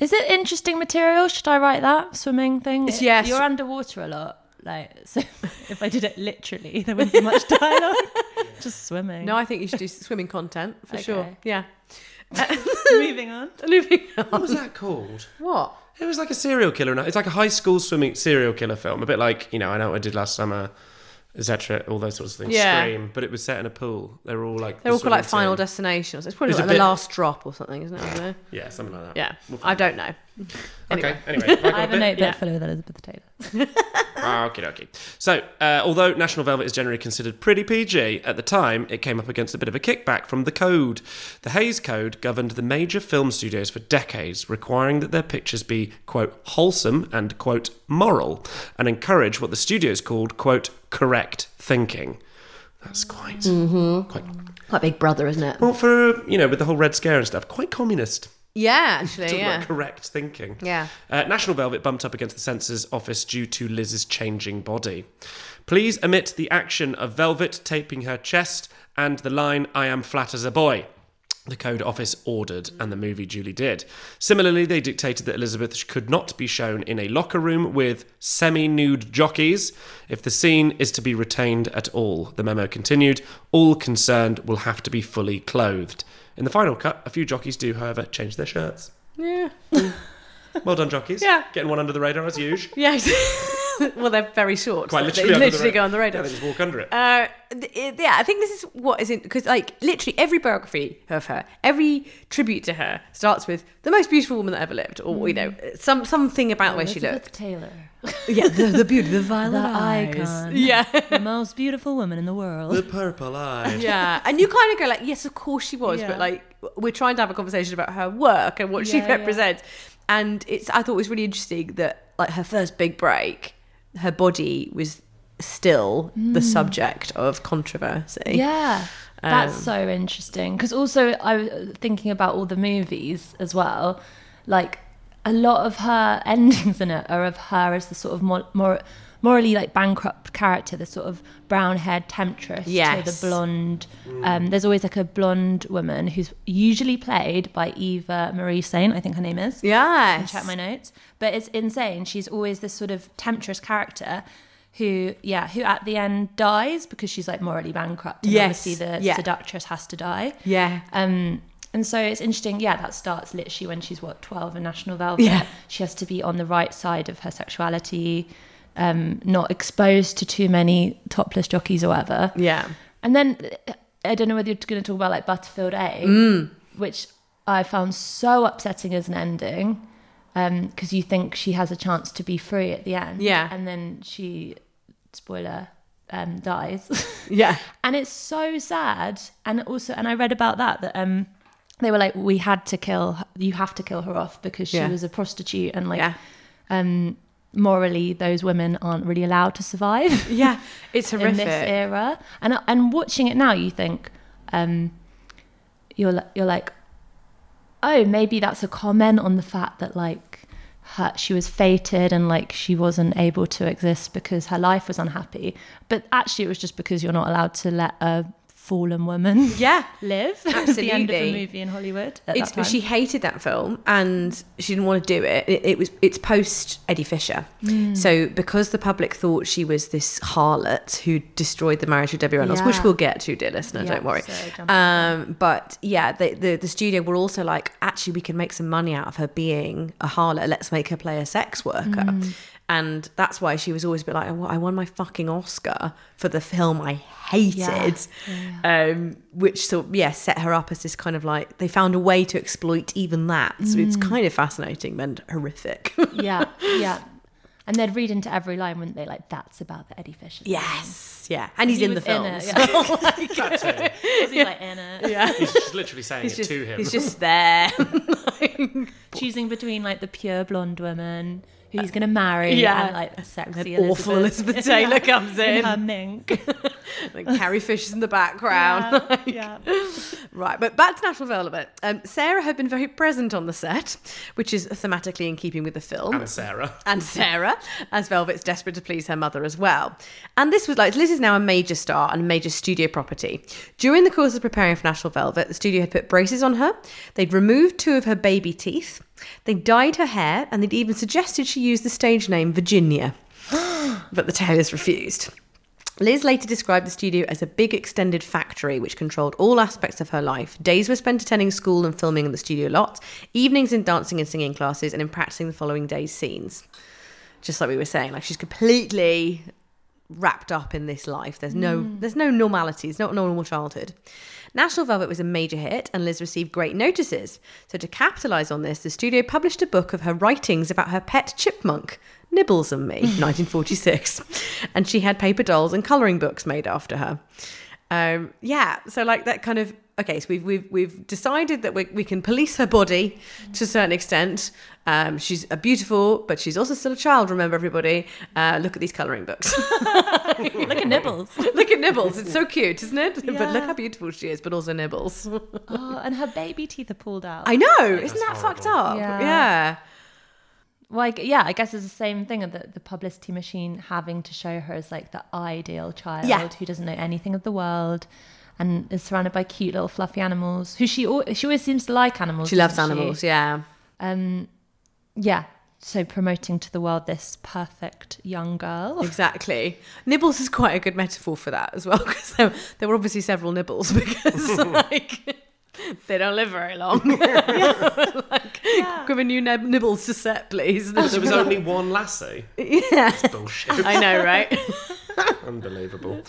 H: Is it interesting material? Should I write that swimming thing?
A: It's- yes.
H: You're underwater a lot. Like, so if I did it literally, there wouldn't be much dialogue. Just swimming.
A: no I think you should do swimming content for sure
H: Okay.
A: yeah
H: moving on.
A: moving on
B: What was that called?
A: what
B: It was like a serial killer. and It's like a high school swimming serial killer film. A bit like, you know, I know what I did last summer, etc. All those sorts of things.
A: Yeah.
B: Scream. But it was set in a pool. They're all like.
A: they're
B: the
A: all called like
B: swimming
A: Final
B: team.
A: Destinations it's probably
B: It's a
A: like the
B: bit-
A: last drop or something isn't it I don't know.
B: Yeah, something like that.
A: yeah
B: We'll find
A: I don't know
B: Okay, anyway. have I got
H: I
B: a
H: have a
B: bit?
H: note
A: yeah.
H: that full with Elizabeth Taylor.
B: Ah, Okay, okay. So, uh, although National Velvet is generally considered pretty PG, at the time it came up against a bit of a kickback from the Code. The Hayes Code governed the major film studios for decades, requiring that their pictures be, quote, wholesome and, quote, moral, and encourage what the studios called, quote, correct thinking. That's quite, quite,
A: like Big Brother isn't it
B: well, for, you know, with the whole Red Scare and stuff, quite communist.
A: yeah actually
B: Talking
A: yeah
B: about correct thinking.
A: Yeah.
B: Uh, National Velvet bumped up against the censors' office due to Liz's changing body. Please omit the action of Velvet taping her chest and the line, I am flat as a boy. The code office ordered, and the movie duly did. Similarly, they dictated that Elizabeth could not be shown in a locker room with semi nude jockeys if the scene is to be retained at all. The memo continued all concerned will have to be fully clothed. In the final cut, a few jockeys do, however, change their shirts.
A: yeah
B: Well done, jockeys.
A: Yeah.
B: Getting one under the radar as usual.
A: Yeah. well, they're very short.
B: Quite
A: so
B: literally,
A: they
B: under the
A: literally
B: radar.
A: go on the radar.
B: Yeah, they just walk under it.
A: Uh, th- it- yeah, I think this is what is in because like literally every biography of her, every tribute to her starts with the most beautiful woman that ever lived, or you know, some something about where she
H: Elizabeth
A: looked.
H: Taylor,
A: Yeah, the, the beauty, the violet
H: the icon,
A: Yeah,
H: the most beautiful woman in the world.
B: purple eyes.
A: yeah, and you kind of go like, yes, of course she was,
H: Yeah.
A: but like we're trying to have a conversation about her work and what she
H: Yeah, yeah.
A: represents, and it's I thought it was really interesting that like her first big break, her body was still the subject of controversy.
H: Mm. Yeah.
A: Um,
H: That's so interesting. Because also, I was thinking about all the movies as well. Like, a lot of her endings in it are of her as the sort of more, more morally like bankrupt character, the sort of brown haired temptress to
A: Yes.
H: the blonde. Um, there's always like a blonde woman who's usually played by Eva Marie Saint, I think her name is
A: Yes.
H: check my notes. But it's insane. She's always this sort of temptress character who, yeah, who at the end dies because she's like morally bankrupt. And
A: Yes,
H: obviously the
A: yeah.
H: seductress has to die.
A: Yeah.
H: Um, and so it's interesting. Yeah, that starts literally when she's what twelve in National Velvet.
A: Yeah.
H: She has to be on the right side of her sexuality, um, not exposed to too many topless jockeys or whatever.
A: Yeah.
H: And then uh, I don't know whether you're going to talk about like Butterfield A,
A: Mm.
H: which I found so upsetting as an ending because you think she has a chance to be free at the end.
A: Yeah.
H: And then she, spoiler, um, dies.
A: Yeah.
H: and it's so sad. And also, and I read about that, that um, they were like, we had to kill, her- you have to kill her off because she
A: Yeah.
H: was a prostitute and like,
A: Yeah.
H: um, morally, those women aren't really allowed to survive
A: Yeah. It's
H: in
A: horrific.
H: this era. And and watching it now, you think um, you're li- you're like, oh, maybe that's a comment on the fact that like her, she was fated and like she wasn't able to exist because her life was unhappy. But actually, it was just because you're not allowed to let a fallen woman
A: yeah.
H: live. at the end
A: Absolutely.
H: of a movie in Hollywood. At that time.
A: It's, she hated that film and she didn't want to do it. It, it was it's post Eddie Fisher,
H: Mm.
A: so because the public thought she was this harlot who destroyed the marriage with Debbie Reynolds, which
H: Yeah.
A: we'll get to, dear listener,
H: Yeah,
A: don't worry.
H: so jump
A: um, but yeah, the, the the studio were also like, actually, we can make some money out of her being a harlot. Let's make her play a sex worker.
H: Mm.
A: And that's why she was always a bit like, oh, I won my fucking Oscar for the film I hated um, which sort of, yeah set her up as this kind of like they found a way to exploit even that. So it's
H: Mm.
A: kind of fascinating and horrific.
H: yeah, yeah. And they'd read into every line, wouldn't they? Like that's about the Eddie Fisher. thing."
A: yes, yeah, and he's
H: He
A: in the
H: was
A: film.
H: it,
A: so-
H: yeah.
B: That's it.
H: Was he like in it?
B: He's just literally saying
A: He's
B: it
A: just,
B: to him.
A: he's just there.
H: choosing between like the pure blonde woman who he's going to marry
A: Yeah.
H: and like the sexy
A: An awful Elizabeth Taylor comes
H: in
A: in.
H: her mink.
A: Like Carrie Fisher's in the background.
H: yeah.
A: Right, but back to National Velvet. Um, Sarah had been very present on the set, which is thematically in keeping with the film.
B: and Sarah.
A: and Sarah, as Velvet's desperate to please her mother as well. And this was like, Liz is now a major star and a major studio property. During the course of preparing for National Velvet, the studio had put braces on her, they'd removed two of her baby teeth, they dyed her hair, and they'd even suggested she use the stage name Virginia. but the Taylors refused. Liz later described the studio as a big extended factory which controlled all aspects of her life. Days were spent attending school and filming in the studio lot, evenings in dancing and singing classes, and in practicing the following day's scenes just like we were saying, like she's completely wrapped up in this life. There's no there's no normality, it's not a normal childhood. National Velvet was a major hit and Liz received great notices. So to capitalise on this, the studio published a book of her writings about her pet chipmunk, Nibbles and Me, 1946. And she had paper dolls and colouring books made after her. Um, yeah, so like that kind of okay. So we've we've we've decided that we we can police her body to a certain extent. Um, she's a beautiful, but she's also still a child. Remember, everybody, uh, look at these coloring books.
H: Look at Nibbles.
A: look at Nibbles. It's so cute, isn't it? But look
H: Yeah.
A: how beautiful she is. But also Nibbles.
H: Oh, and her baby teeth are pulled out.
A: I know. Isn't that fucked
B: horrible.
A: up?
H: Yeah.
A: yeah.
H: like, yeah, I guess it's the same thing of the, the publicity machine having to show her as like the ideal child
A: Yeah.
H: who doesn't know anything of the world and is surrounded by cute little fluffy animals who she al- she always seems to like animals.
A: She loves
H: doesn't
A: animals. Yeah.
H: Um, yeah. So promoting to the world this perfect young girl.
A: Exactly. Nibbles is quite a good metaphor for that as well, because there, there were obviously several nibbles because like They don't live very long. like, give a new nib- nibbles to set, please.
B: There was only one lasso.
A: yeah.
B: Bullshit.
A: I know, right?
B: Unbelievable.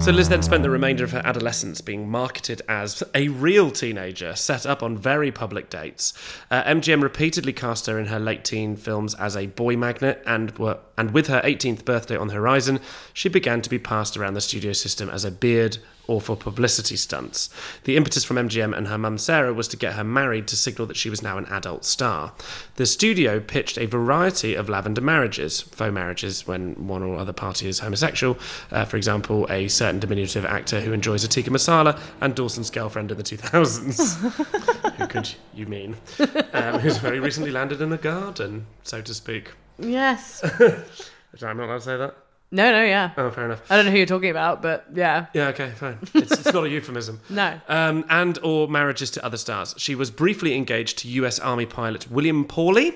B: So Liz then spent the remainder of her adolescence being marketed as a real teenager, set up on very public dates. Uh, MGM repeatedly cast her in her late teen films as a boy magnet, and were, and with her 18th birthday on the horizon, she began to be passed around the studio system as a beard or for publicity stunts. The impetus from MGM and her mum Sarah was to get her married to signal that she was now an adult star. The studio pitched a variety of lavender marriages, faux marriages when one or other party is homosexual, uh, for example, a certain diminutive actor who enjoys a tikka masala and Dawson's girlfriend in the 2000s. who could you mean? Um, who's very recently landed in a garden, so to speak.
A: yes.
B: I'm not allowed to say that?
A: No, no, yeah.
B: Oh, fair enough.
A: I don't know who you're talking about, but yeah.
B: Yeah, okay, fine. It's, it's not a euphemism.
A: No.
B: Um, and or marriages to other stars. She was briefly engaged to U.S. Army pilot William Pawley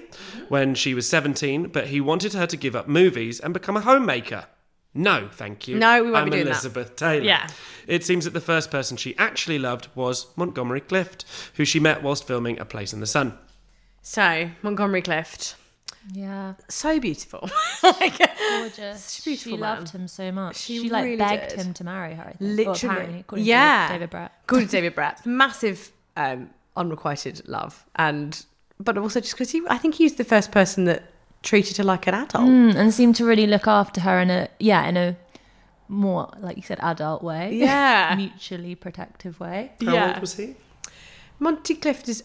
B: when she was 17, but he wanted her to give up movies and become a homemaker. No, thank you.
A: No, we won't
B: I'm
A: be doing that.
B: Elizabeth Taylor.
H: Yeah.
B: It seems that the first person she actually loved was Montgomery Clift, who she met whilst filming A Place in the Sun.
A: So, Montgomery Clift.
H: Yeah,
A: So beautiful. like,
H: gorgeous.
A: Such a beautiful
H: she loved
A: man.
H: him so much.
A: She
H: She, like
A: really
H: begged
A: did.
H: him to marry her. I think. Or
A: Literally.
H: apparently, according to
A: Yeah.
H: David Brett.
A: According to David Brett, massive um, unrequited love. And, but also just because he, I think he was the first person that treated her like an adult.
H: Mm, and seemed to really look after her in a yeah in a more like you said adult way
A: Yeah.
H: mutually protective way
B: How
A: yeah.
B: old was he?
A: Monty Clift is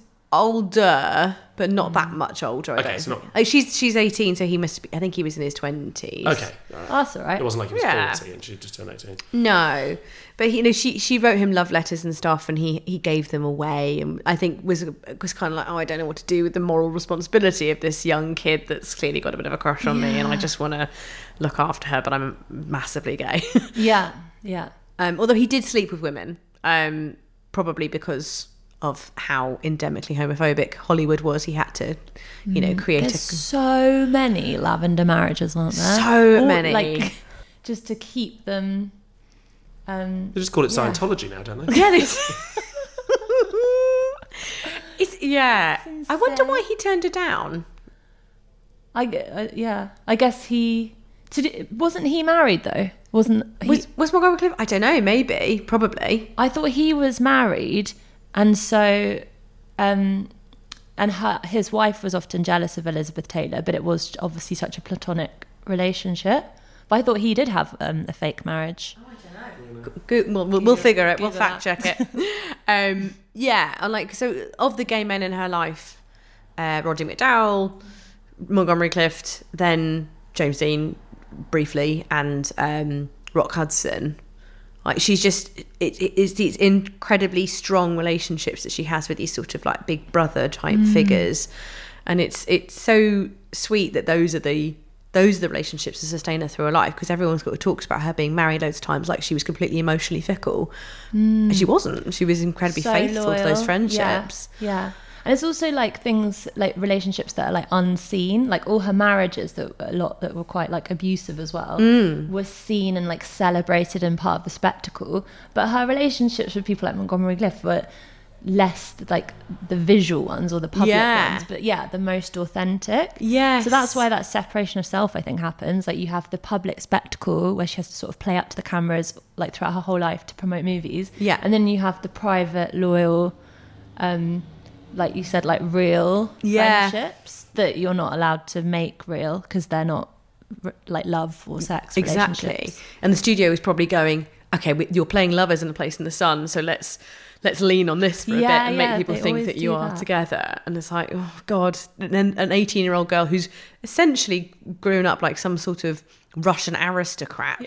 A: older, but not that much older. I
B: Okay,
A: don't
B: it's
A: think.
B: not-
A: Like, she's she's eighteen, so he must. be I think he was in his twenties.
B: Okay, all right.
H: that's all right
B: It wasn't like he was
A: Yeah.
B: 40 and she just turned 18.
A: No, but he- you know she she wrote him love letters and stuff, and he he gave them away, and I think was was kind of like, oh, I don't know what to do with the moral responsibility of this young kid that's clearly got a bit of a crush on me, and I just want to look after her, but I'm massively gay.
H: yeah yeah
A: Um, although he did sleep with women, um, probably because of how endemically homophobic Hollywood was, he had to, you know, create
H: there's
A: a.
H: so many lavender marriages aren't there
A: So many.
H: like just to keep them um
B: They just call it Scientology now, don't they?
A: Yeah, this. it's yeah. I wonder why he turned her down.
H: I, g- I- yeah I guess he to do, wasn't he married though wasn't he,
A: Was was Montgomery Clift? I don't know. Maybe, probably.
H: I thought he was married, and so, um, and her, his wife was often jealous of Elizabeth Taylor, but it was obviously such a platonic relationship. But I thought he did have um, a fake marriage.
A: Go, we'll we'll, we'll figure it. We'll
H: Google
A: fact check it. um, yeah, and like so, of the gay men in her life, uh, Roddy McDowell, Montgomery Clift, then James Dean briefly, and um, Rock Hudson. Like she's just it, it- it's these incredibly strong relationships that she has with these sort of like big brother type
H: Mm.
A: figures, and it's it's so sweet that those are the those are the relationships that sustain her through her life because everyone's got talks about her being married loads of times like she was completely emotionally fickle, and she wasn't. She was incredibly
H: Mm. So
A: faithful to
H: loyal.
A: those
H: Yeah,
A: friendships.
H: Yeah. And it's also like things like relationships that are like unseen, like all her marriages that a lot that were quite like abusive as well
A: Mm.
H: were seen and like celebrated and part of the spectacle. But her relationships with people like Montgomery Clift were less like the visual ones or the public
A: Yeah.
H: ones, but yeah, the most authentic.
A: Yes.
H: So that's why that separation of self, I think, happens. Like you have the public spectacle where she has to sort of play up to the cameras like throughout her whole life to promote movies.
A: Yeah.
H: And then you have the private, loyal, um, like you said, like real
A: Yeah.
H: friendships that you're not allowed to make real because they're not r- like love or sex.
A: exactly
H: relationships.
A: and the studio is probably going okay we, you're playing lovers in a place in the sun so let's let's lean on this for a
H: Yeah,
A: bit and
H: yeah,
A: make people
H: they
A: think
H: always
A: that you
H: do
A: are
H: that.
A: together and it's like oh god and then an 18 year old girl who's essentially grown up like some sort of russian aristocrat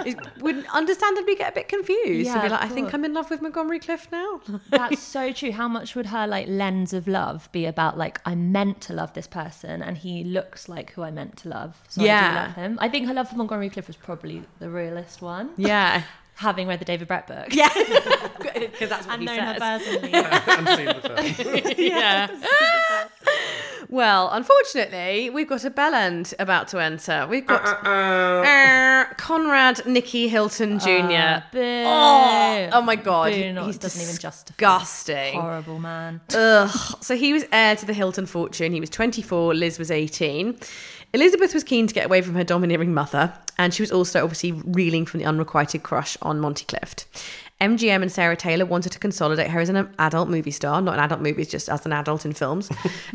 A: is- would understandably get a bit confused and
H: Yeah,
A: be
H: of
A: like i think
H: course.
A: i'm in love with montgomery clift now
H: That's so true. How much would her like lens of love be about like I'm meant to love this person and he looks like who I meant to love. So I do
A: Yeah.
H: love him. I think her love for Montgomery Clift was probably the realest one.
A: yeah
H: Having read the David Brett book.
A: yeah because that's what
H: And
A: he
H: known her
A: says.
H: personally.
B: and seen the film.
A: yeah. Well, unfortunately, we've got a bell end about to enter. We've got Er, Conrad Nicky Hilton Jr.
H: Boo.
A: Oh, oh my god,
H: Uh, Boo,
A: he-
H: not-
A: he's
H: doesn't even justify.
A: disgusting.
H: Horrible man.
A: Ugh. So he was heir to the Hilton fortune. He was 24. Liz was 18. Elizabeth was keen to get away from her domineering mother, and she was also obviously reeling from the unrequited crush on Monty Clift. MGM and Sarah Taylor wanted to consolidate her as an adult movie star, not an adult movie, just as an adult in films.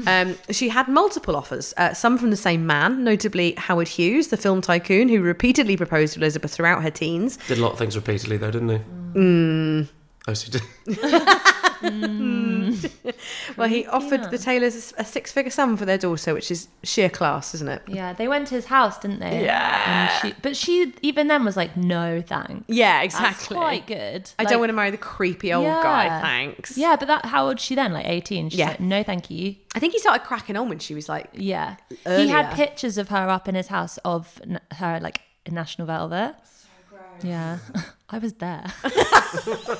A: um, she had multiple offers, uh, some from the same man, notably Howard Hughes, the film tycoon who repeatedly proposed to Elizabeth throughout her teens,
B: Did a lot of things repeatedly, though, didn't he?
A: Mm.
B: Oh, so he did.
A: Well, he offered the Taylors a six figure sum for their daughter, which is sheer class, isn't it?
H: Yeah, they went to his house, didn't they? Yeah. And she, but she even then was like, no, thanks.
A: Yeah,
H: That's quite good.
A: I don't want to marry the creepy old guy, thanks.
H: Yeah, but that how old she then? Like eighteen. She's
A: Yeah.
H: like, no, thank you.
A: I think he started cracking on when she was like,
H: Yeah. He
A: Earlier.
H: had pictures of her up in his house of n- her like in National Velvet. So gross. Yeah. I was there. it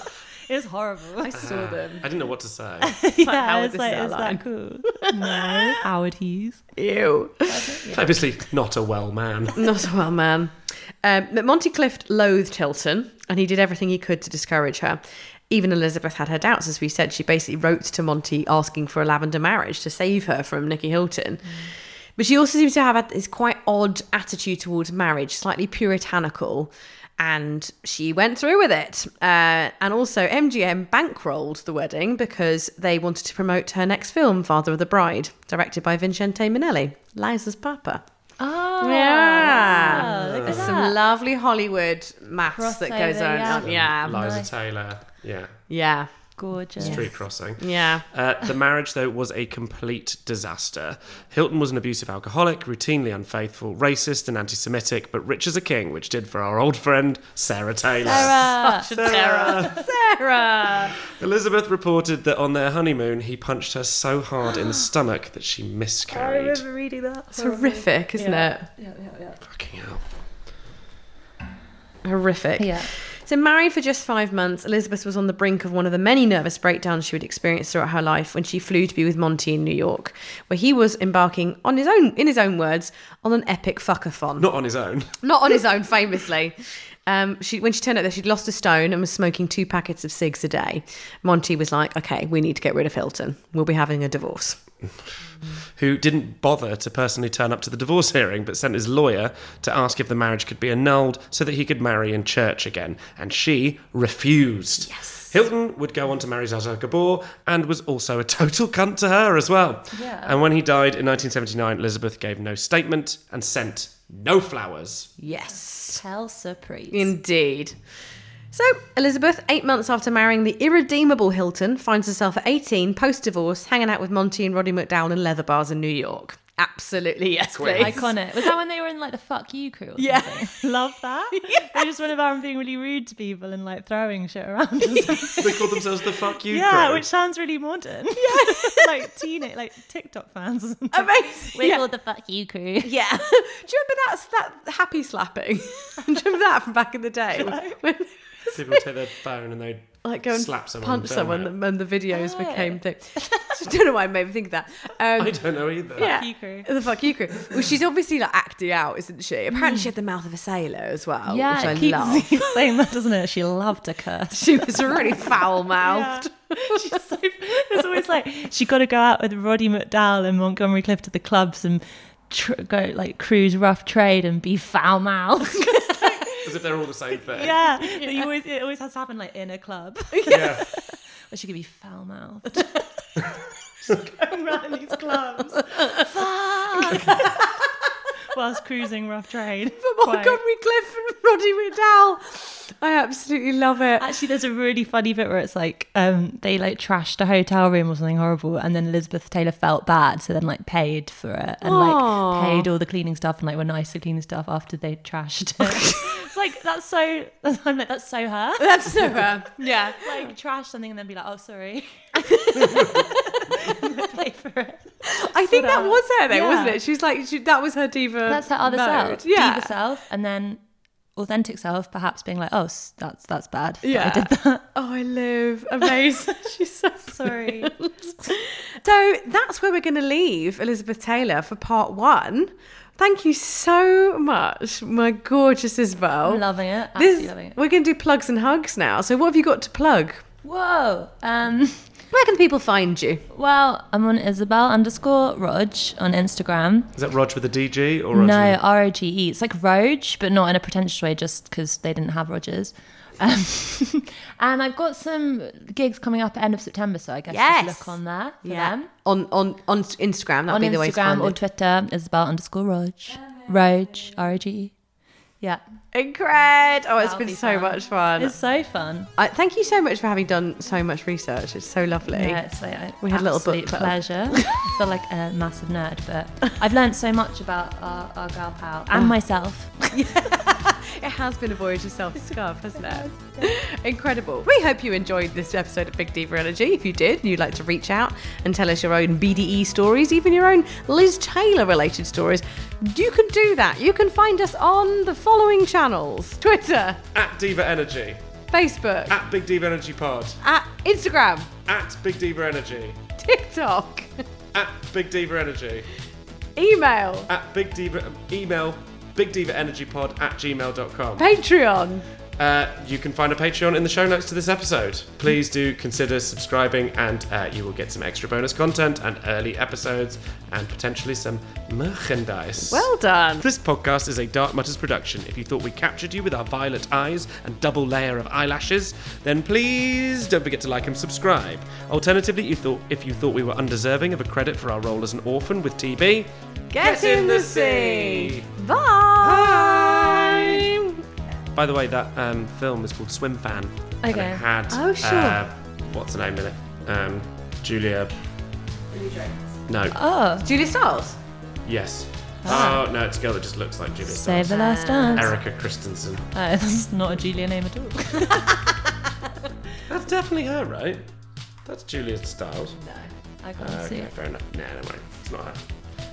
H: was horrible.
A: I saw them.
B: I didn't know what to say.
H: yeah,
A: Howard,
H: I was
A: this is
H: like,
A: our
H: is
A: line."
H: that cool? no, Howard Hughes.
A: Ew.
B: Obviously, not a well man.
A: Not a well man. Um, but Monty Clift loathed Hilton, and he did everything he could to discourage her. Even Elizabeth had her doubts, as we said. She basically wrote to Monty asking for a lavender marriage to save her from Nicky Hilton. But she also seems to have had this quite odd attitude towards marriage, slightly puritanical. And she went through with it. Uh, and also, MGM bankrolled the wedding because they wanted to promote her next film, Father of the Bride, directed by Vincente Minnelli, Liza's Papa.
H: Oh.
A: Yeah.
H: Look at
A: There's
H: that.
A: some lovely Hollywood maths that goes
H: Crossover,
A: on. Yeah.
H: yeah.
A: Yeah.
B: Liza
H: Nice.
B: Taylor. Yeah.
A: Yeah.
H: Gorgeous.
B: Street crossing.
A: Yeah.
B: Uh, the marriage, though, was a complete disaster. Hilton was an abusive alcoholic, routinely unfaithful, racist, and anti Semitic, but rich as a king, which did for our old friend, Sarah Taylor.
H: Sarah.
A: Sarah. Sarah.
B: Elizabeth reported that on their honeymoon, he punched her so hard in the stomach that she miscarried.
H: Oh, reading that.
A: It's horrific, isn't it?
B: Fucking hell.
A: Horrific.
H: Yeah.
A: So, married for just five months, Elizabeth was on the brink of one of the many nervous breakdowns she would experience throughout her life when she flew to be with Monty in New York, where he was embarking on his own, in his own words, on an epic fuckathon.
B: Not on his own.
A: Not on his own, famously. Um, she, when she turned out that she'd lost a stone and was smoking two packets of cigs a day, Monty was like, okay, we need to get rid of Hilton. We'll be having a divorce.
B: who didn't bother to personally turn up to the divorce hearing but sent his lawyer to ask if the marriage could be annulled so that he could marry in church again. And she refused. Yes. Hilton would go on to marry Zaza Gabor and was also a total cunt to her as well. Yeah. And when he died in 1979, Elizabeth gave no statement and sent no flowers.
A: Yes.
H: Tell surprise.
A: Indeed. So, Elizabeth, eight months after marrying the irredeemable Hilton, finds herself at 18, post divorce, hanging out with Monty and Roddy McDowell in leather bars in New York. Absolutely, yes,
B: Quick.
A: please.
H: Iconic. Was that when they were in like the fuck you crew? Or
A: Yeah.
H: something? Love that. They just went around being really rude to people and like throwing shit around. and stuff.
B: They called themselves the fuck you
H: yeah,
B: crew.
H: which sounds really modern. Yeah. like teenage, like TikTok fans or something.
A: Amazing.
H: We're
A: Yeah.
H: called the fuck you crew.
A: Yeah. Do you remember that's that happy slapping? Do you remember that from back in the day? When-
B: People would take their phone and they'd
A: like go and
B: slap someone. and
A: punch
B: film
A: someone
B: it.
A: and when the videos
H: Oh.
A: became thing. I don't know why it made me think of that. Um,
B: I don't know either.
A: yeah.
H: you crew.
A: The fuck you crew. Well, she's obviously like acting out, isn't she? Apparently, she had the mouth of a sailor as well,
H: yeah,
A: Oh, which
H: it
A: I
H: keeps
A: love.
H: saying that, doesn't it? She loved a curse.
A: She was really foul mouthed.
H: She's so, it's always like she got to go out with Roddy McDowell and Montgomery Clift to the clubs and tr- go like cruise rough trade and be foul mouthed.
B: As if they're all the same thing.
H: yeah, that You always, it always has to happen like in a club.
B: yeah.
H: Or she could be foul mouthed. going around in these clubs. Fuck! Whilst cruising rough trade.
A: But Montgomery Cliff and Roddy McDowell. I absolutely love it.
H: Actually, there's a really funny bit where it's like um, they like trashed a hotel room or something horrible, and then Elizabeth Taylor felt bad, so then like paid for it and
A: Aw.
H: like paid all the cleaning stuff and like were nice to cleaning stuff after they trashed it. it's like that's so. That's, I'm like that's so her.
A: That's so her. Yeah.
H: Like trash something and then be like, oh sorry. Pay for it.
A: I think that
H: out.
A: was her, though,
H: Yeah.
A: wasn't it? She was like, she, that was her diva.
H: That's her other
A: mode.
H: self.
A: Um, Yeah.
H: Diva self. And then authentic self, perhaps being like, oh, s- that's that's bad. that
A: Yeah.
H: I did that.
A: Oh, I live. Amazing. She's so
H: Sorry.
A: So that's where we're going to leave Elizabeth Taylor for part one. Thank you so much, my gorgeous Isabel.
H: I'm loving it. Absolutely
A: This,
H: loving it.
A: we're going to do plugs and hugs now. So what have you got to plug?
H: Whoa. Um.
A: Where can people find you?
H: Well, I'm on Isabel underscore Rog on Instagram.
B: Is that Rog with a DG or Rog
H: No,
B: with-
H: R O G E. It's like Roge, but not in a pretentious way, just because they didn't have Rogers. Um, and I've got some gigs coming up at end of September, so I guess
A: Yes.
H: just look on there for them.
A: On on on Instagram. That'd
H: on
A: be the way to
H: Instagram
A: find
H: or
A: it.
H: Twitter, Isabel underscore Rog. Rog, R O G E. Yeah.
A: Incredible. Oh, it's
H: That'll
A: been
H: be
A: so
H: fun.
A: much fun.
H: It's so fun.
A: I, thank you so much for having done so much research. It's so lovely.
H: Yeah, it's like
A: We had a little book
H: absolute
A: club.
H: pleasure. I feel like a massive nerd, but I've learned so much about our, our girl pal
A: Oh.
H: and myself.
A: It has been a voyage of self-discovery, hasn't it? Incredible. We hope you enjoyed this episode of Big Diva Energy. If you did and you'd like to reach out and tell us your own BDE stories, even your own Liz Taylor related stories, you can do that. You can find us on the following channels Twitter,
B: At Diva Energy.
A: Facebook,
B: At Big Diva Energy Pod.
A: at Instagram,
B: At Big Diva Energy.
A: TikTok,
B: At Big Diva Energy.
A: email,
B: At Big Diva. um, Email Big Diva Energy Pod at gmail.com.
A: Patreon.
B: Uh, you can find a Patreon in the show notes to this episode. Please do consider subscribing, and uh, you will get some extra bonus content and early episodes, and potentially some merchandise.
A: Well done.
B: This podcast is a Dark Mutters production. If you thought we captured you with our violet eyes and double layer of eyelashes, then please don't forget to like and subscribe. Alternatively, you thought if you thought we were undeserving of a credit for our role as an orphan with TB,
A: Get, in, the sea. Bye.
B: By the way, that um, film is called Swim Fan. And
H: Okay.
B: it had,
A: Oh, sure.
B: Uh, what's her name in it? Um, Julia. No.
A: Oh. Julia Stiles.
B: Yes.
A: Ah.
B: Oh. no, it's a girl that just looks like Julia.
H: Save
B: Stiles.
H: the last dance.
B: Erica Christensen.
H: Uh, that's not a Julia name at all.
B: That's definitely her, right? That's Julia Stiles.
H: I can't see
B: Okay,
H: it.
B: fair enough. No, don't worry. It's not her.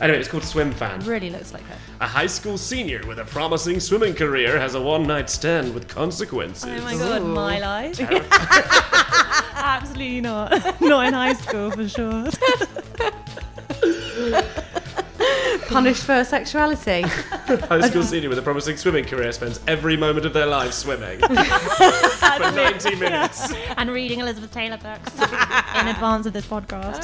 B: Anyway, it's called Swim Fan.
H: Really looks like her.
B: A high school senior with a promising swimming career has a one night stand with consequences.
H: Oh my god, my life. Absolutely not. Not in high school for sure.
A: Punished for her sexuality.
B: High school senior with a promising swimming career spends every moment of their life swimming for 90 minutes.
H: and reading Elizabeth Taylor books in advance of this podcast.